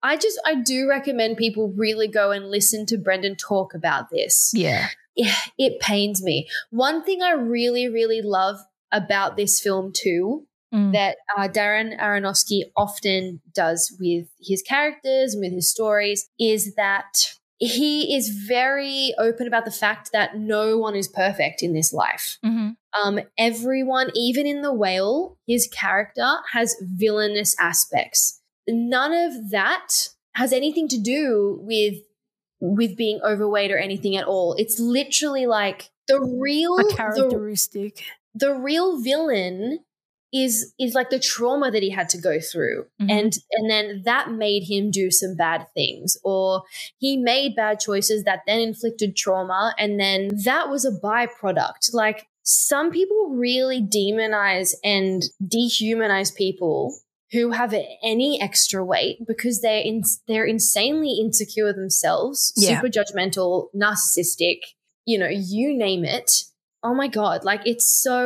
Speaker 1: I just, I do recommend people really go and listen to Brendan talk about this.
Speaker 2: yeah.
Speaker 1: Yeah, it pains me. One thing I really, really love about this film too
Speaker 2: Mm.
Speaker 1: that uh, Darren Aronofsky often does with his characters and with his stories is that he is very open about the fact that no one is perfect in this life
Speaker 2: Mhm.
Speaker 1: um, everyone, even in the whale, his character has villainous aspects. None of that has anything to do with with being overweight or anything at all. It's literally like the real
Speaker 2: A
Speaker 1: the,
Speaker 2: characteristic.
Speaker 1: the real villain is is like the trauma that he had to go through
Speaker 2: Mhm.
Speaker 1: and and then that made him do some bad things or he made bad choices that then inflicted trauma and then that was a byproduct like some people really demonize and dehumanize people who have any extra weight because they're in, they're insanely insecure themselves
Speaker 2: Yeah.
Speaker 1: super judgmental narcissistic you know you name it oh my god like it's so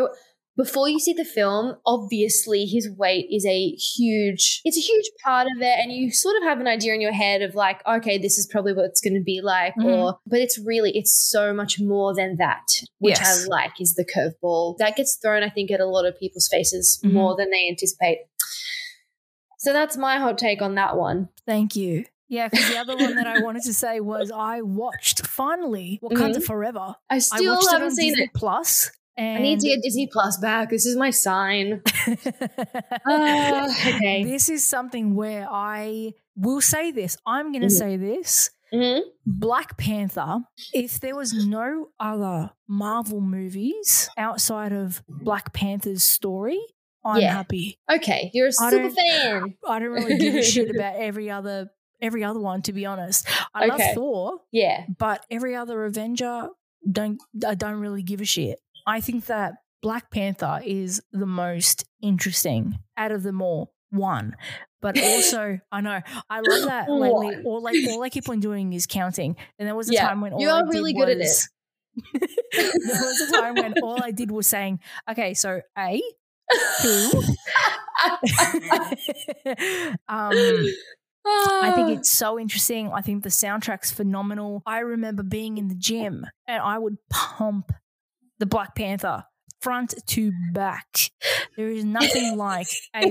Speaker 1: before you see the film, obviously his weight is a huge it's a huge part of it and you sort of have an idea in your head of like okay, this is probably what it's going to be like
Speaker 2: Mhm.
Speaker 1: or but it's really it's so much more than that, which
Speaker 2: Yes.
Speaker 1: I like is the curveball that gets thrown I think at a lot of people's faces
Speaker 2: Mhm.
Speaker 1: more than they anticipate. So that's my hot take on that one.
Speaker 2: Thank you. Yeah, because the other one that I wanted to say was I watched finally Wakanda Forever.
Speaker 1: I
Speaker 2: I
Speaker 1: Mm-hmm. still
Speaker 2: watched it
Speaker 1: haven't
Speaker 2: on
Speaker 1: seen
Speaker 2: Disney
Speaker 1: it.
Speaker 2: Plus. And
Speaker 1: I need to get Disney Plus back. This is my sign.
Speaker 2: [laughs]
Speaker 1: Ah, [laughs] okay.
Speaker 2: This is something where I will say this. I'm going to
Speaker 1: Mhm.
Speaker 2: say this.
Speaker 1: Mhm.
Speaker 2: Black Panther, if there was no other Marvel movies outside of Black Panther's story, I'm
Speaker 1: Yeah.
Speaker 2: happy.
Speaker 1: Okay, you're a
Speaker 2: I
Speaker 1: super
Speaker 2: don't-
Speaker 1: fan.
Speaker 2: I don't really give a
Speaker 1: [laughs]
Speaker 2: shit about every other every other one to be honest. I love
Speaker 1: Okay.
Speaker 2: Thor,
Speaker 1: Yeah.
Speaker 2: but every other Avenger don't I don't really give a shit. I think that Black Panther is the most interesting out of them all. One.
Speaker 1: [laughs]
Speaker 2: But also, I know I love that lately.
Speaker 1: One.
Speaker 2: All like all I keep on doing is counting. And there was a
Speaker 1: Yeah,
Speaker 2: time when all
Speaker 1: you
Speaker 2: I
Speaker 1: are
Speaker 2: did
Speaker 1: really good at
Speaker 2: was- [laughs] there was a time when all I did was saying, okay, so A,
Speaker 1: [laughs]
Speaker 2: two. [laughs] um, I
Speaker 1: Uh. Ah,
Speaker 2: think it's so interesting. I think the soundtrack's phenomenal. I remember being in the gym and I would pump the Black Panther front to back. There is nothing like
Speaker 1: [laughs]
Speaker 2: a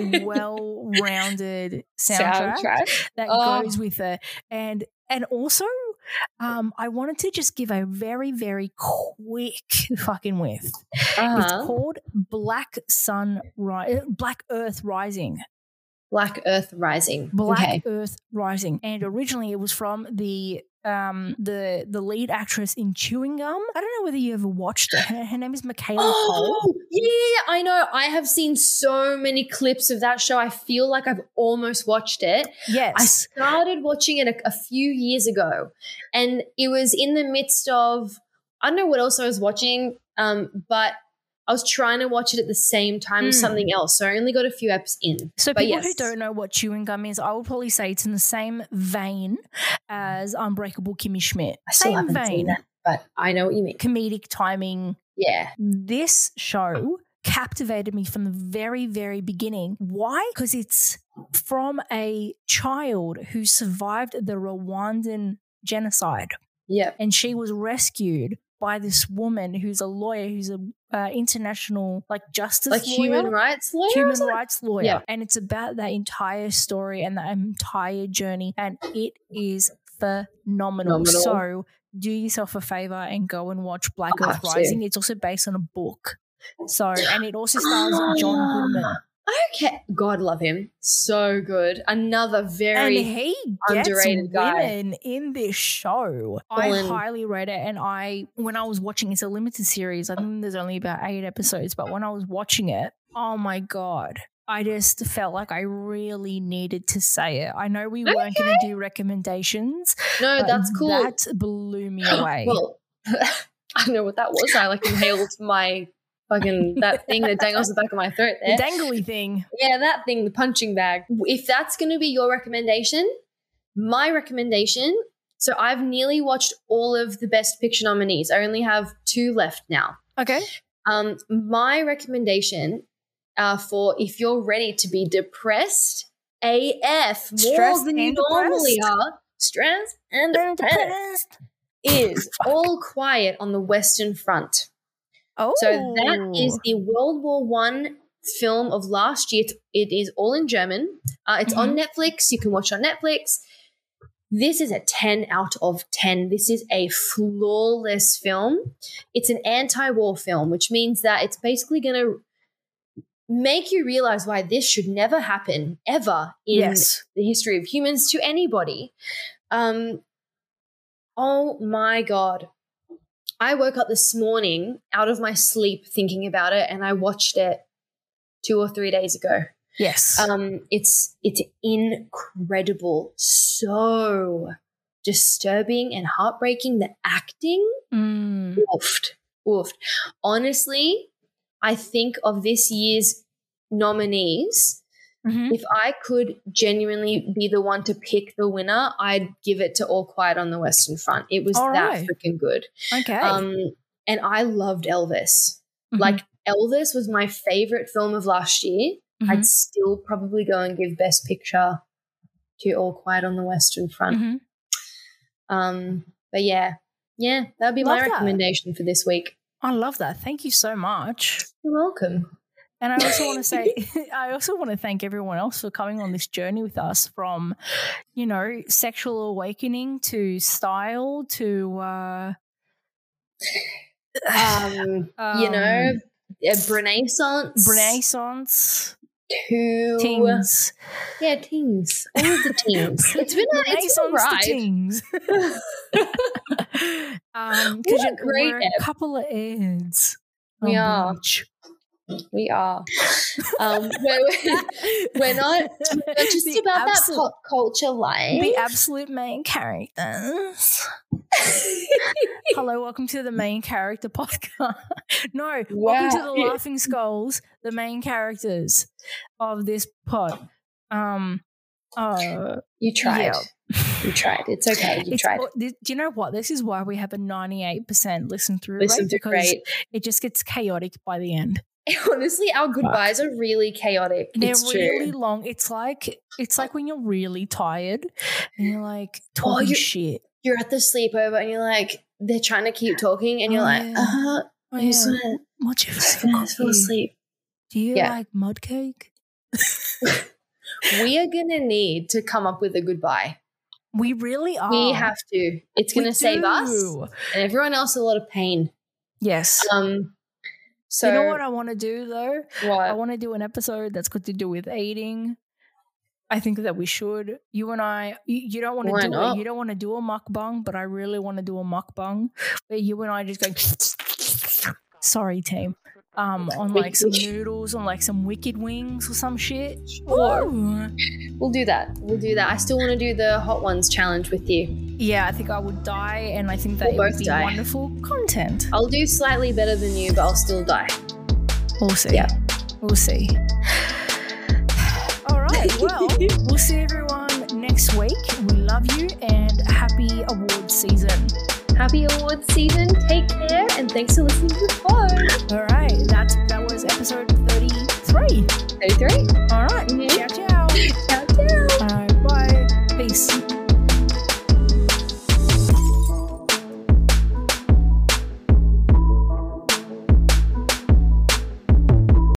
Speaker 2: well-rounded soundtrack, that
Speaker 1: Oh.
Speaker 2: goes with it. And and also um, I wanted to just give a very, very quick fucking whiff. It's
Speaker 1: Uh-huh.
Speaker 2: called Black Sun Ri- Black Earth Rising.
Speaker 1: Black Earth Rising.
Speaker 2: Black
Speaker 1: okay.
Speaker 2: Earth Rising, and originally it was from the um the the
Speaker 1: [gasps]
Speaker 2: lead actress in Chewing Gum. I don't know whether you ever watched it. Her, her name is Michaela Cole.
Speaker 1: [gasps] Oh yeah, yeah, yeah, I I know I have seen so many clips of that show. I feel like I've almost watched it. I
Speaker 2: Yes.
Speaker 1: started watching it a, a few years ago, and it was in the midst of I don't know what else I was watching, um, but I was trying to watch it at the same time as
Speaker 2: Mm.
Speaker 1: something else. So I only got a few eps in.
Speaker 2: so
Speaker 1: but
Speaker 2: people who
Speaker 1: yes.
Speaker 2: don't know what chewing gum is, I would probably say it's in the same vein as Unbreakable Kimmy Schmidt.
Speaker 1: I still
Speaker 2: same
Speaker 1: haven't
Speaker 2: vein.
Speaker 1: seen that, but I know what you mean.
Speaker 2: Comedic timing,
Speaker 1: Yeah,
Speaker 2: this show captivated me from the very, very beginning. Why? Because it's from a child who survived the Rwandan genocide
Speaker 1: yeah.
Speaker 2: and she was rescued by this woman who's a lawyer who's a uh, international like justice
Speaker 1: Like
Speaker 2: lawyer,
Speaker 1: human rights lawyer. or
Speaker 2: human
Speaker 1: something?
Speaker 2: rights lawyer
Speaker 1: Yeah.
Speaker 2: and it's about that entire story and that entire journey and it is
Speaker 1: Phenomenal.
Speaker 2: phenomenal, so do yourself a favor and go and watch black
Speaker 1: I'll
Speaker 2: earth
Speaker 1: have to.
Speaker 2: rising it's also based on a book so and it also stars
Speaker 1: Ah. [gasps]
Speaker 2: john goodman
Speaker 1: Okay, God love him. So good. Another
Speaker 2: and
Speaker 1: very
Speaker 2: he gets
Speaker 1: underrated guy.
Speaker 2: women in this show. I
Speaker 1: Ellen.
Speaker 2: highly rate it, and I when I was watching it's a limited series. I think there's only about eight episodes, but when I was watching it, oh my god. I just felt like I really needed to say it. I know we weren't going to do recommendations.
Speaker 1: no,
Speaker 2: but
Speaker 1: that's cool.
Speaker 2: That blew me away.
Speaker 1: [gasps] Well, [laughs] I don't know what that was. I like inhaled my fucking that thing that dangles the back of my throat
Speaker 2: the [laughs]
Speaker 1: there.
Speaker 2: dangly thing.
Speaker 1: yeah, that thing, the punching bag. If that's going to be your recommendation, my recommendation. So I've nearly watched all of the best picture nominees. I only have two left now.
Speaker 2: Okay.
Speaker 1: Um, my recommendation uh, for if you're ready to be depressed AF more
Speaker 2: Stressed
Speaker 1: than you
Speaker 2: and
Speaker 1: normally
Speaker 2: depressed.
Speaker 1: are, stressed and depressed is All Quiet on the Western Front.
Speaker 2: Oh,
Speaker 1: So that is the World War One film of last year. It's- It is all in German. Uh, it's on Netflix. You can watch on Netflix. This is a 10 out of 10. This is a flawless film. It's an anti war film, which means that it's basically going to make you realize why this should never happen ever in
Speaker 2: yes.
Speaker 1: the history of humans to anybody. Um, oh my God. I woke up this morning out of my sleep thinking about it and I watched it two or three days ago.
Speaker 2: Yes.
Speaker 1: Um, it's it's incredible, so disturbing and heartbreaking. The acting,
Speaker 2: Mm.
Speaker 1: oofed, oofed. Honestly, I think of this year's nominees,
Speaker 2: Mhm.
Speaker 1: if I could genuinely be the one to pick the winner, I'd give it to All Quiet on the Western Front. It was
Speaker 2: All
Speaker 1: that
Speaker 2: right.
Speaker 1: freaking good.
Speaker 2: Okay.
Speaker 1: Um, and I loved Elvis.
Speaker 2: Mhm.
Speaker 1: Like Elvis was my favorite film of last year.
Speaker 2: Mhm.
Speaker 1: I'd still probably go and give Best Picture to All Quiet on the Western Front.
Speaker 2: Mhm.
Speaker 1: Um, but yeah, yeah, that'd be
Speaker 2: Mm-hmm. Love
Speaker 1: my
Speaker 2: that.
Speaker 1: recommendation for this week.
Speaker 2: I love that. Thank you so much.
Speaker 1: You're
Speaker 2: [sighs]
Speaker 1: welcome.
Speaker 2: And I also want to say,
Speaker 1: [laughs]
Speaker 2: [laughs] I also want to thank everyone else for coming on this journey with us from, you know, sexual awakening to style to, uh,
Speaker 1: Um, you know,
Speaker 2: um,
Speaker 1: a Renaissance.
Speaker 2: Renaissance,
Speaker 1: to
Speaker 2: teens.
Speaker 1: Yeah, teens. All
Speaker 2: [laughs]
Speaker 1: of the teens. It's been a, it's been a
Speaker 2: Renaissance to
Speaker 1: ride. [laughs]
Speaker 2: teens. um, 'cause
Speaker 1: What a
Speaker 2: you-
Speaker 1: great
Speaker 2: we're a
Speaker 1: ep.
Speaker 2: couple of Oh, ads.
Speaker 1: We are. We are.
Speaker 2: [laughs]
Speaker 1: Um, we're, [laughs] we're not we're just
Speaker 2: The
Speaker 1: about
Speaker 2: absolute-
Speaker 1: that pop culture life.
Speaker 2: The absolute main characters. Hello, welcome to the main character podcast. [laughs] no, welcome to the
Speaker 1: Wow.
Speaker 2: Laughing Skulls, the main characters of this pod. Um, oh,
Speaker 1: [laughs] you tried.
Speaker 2: Yeah.
Speaker 1: You tried. It's okay. You
Speaker 2: It's-
Speaker 1: tried.
Speaker 2: oh, thi- do you know what? This is why we have a ninety-eight percent listen through
Speaker 1: Listen
Speaker 2: rate
Speaker 1: to
Speaker 2: because
Speaker 1: great. [laughs]
Speaker 2: it just gets chaotic by the end.
Speaker 1: Honestly, our goodbyes are really chaotic.
Speaker 2: They're
Speaker 1: it's
Speaker 2: really
Speaker 1: true.
Speaker 2: long. It's like it's like when you're really tired and you're like talking
Speaker 1: Oh, you-
Speaker 2: shit.
Speaker 1: You're at the sleepover and you're like, they're trying to keep talking, and you're
Speaker 2: Oh,
Speaker 1: like,
Speaker 2: yeah.
Speaker 1: uh huh.
Speaker 2: Oh,
Speaker 1: I just
Speaker 2: yeah.
Speaker 1: want to
Speaker 2: What's your favorite
Speaker 1: fall
Speaker 2: coffee?
Speaker 1: asleep.
Speaker 2: Do you
Speaker 1: Yeah.
Speaker 2: like mud cake?
Speaker 1: We are gonna need to come up with a goodbye.
Speaker 2: We really are.
Speaker 1: We have to. It's gonna
Speaker 2: Oh. We
Speaker 1: save us and
Speaker 2: do.
Speaker 1: everyone else a lot of pain.
Speaker 2: Yes.
Speaker 1: Um. So
Speaker 2: you know what I want to do though? I
Speaker 1: what?
Speaker 2: want to do an episode that's got to do with eating. I think that we should. You and I. You, you don't want
Speaker 1: Why
Speaker 2: to do. A,
Speaker 1: not?
Speaker 2: you don't want to do a mukbang, but I
Speaker 1: [laughs]
Speaker 2: really want to do a mukbang where you and I just go. Sorry, team. um, on like some noodles, on like some wicked wings or some shit. Ooh.
Speaker 1: We'll do that. We'll do that. I still want to do the hot ones challenge with you.
Speaker 2: Yeah, I think I would die, and I think that
Speaker 1: We'll
Speaker 2: it
Speaker 1: both
Speaker 2: would be
Speaker 1: die.
Speaker 2: wonderful content.
Speaker 1: I'll do slightly better than you, but I'll still die.
Speaker 2: We'll see.
Speaker 1: Yeah.
Speaker 2: We'll see. All right. Well, we'll see everyone next week. We love you and happy award season.
Speaker 1: Happy awards season. Take care, and thanks for listening to the pod.
Speaker 2: All right. That's that was episode 33.
Speaker 1: 33.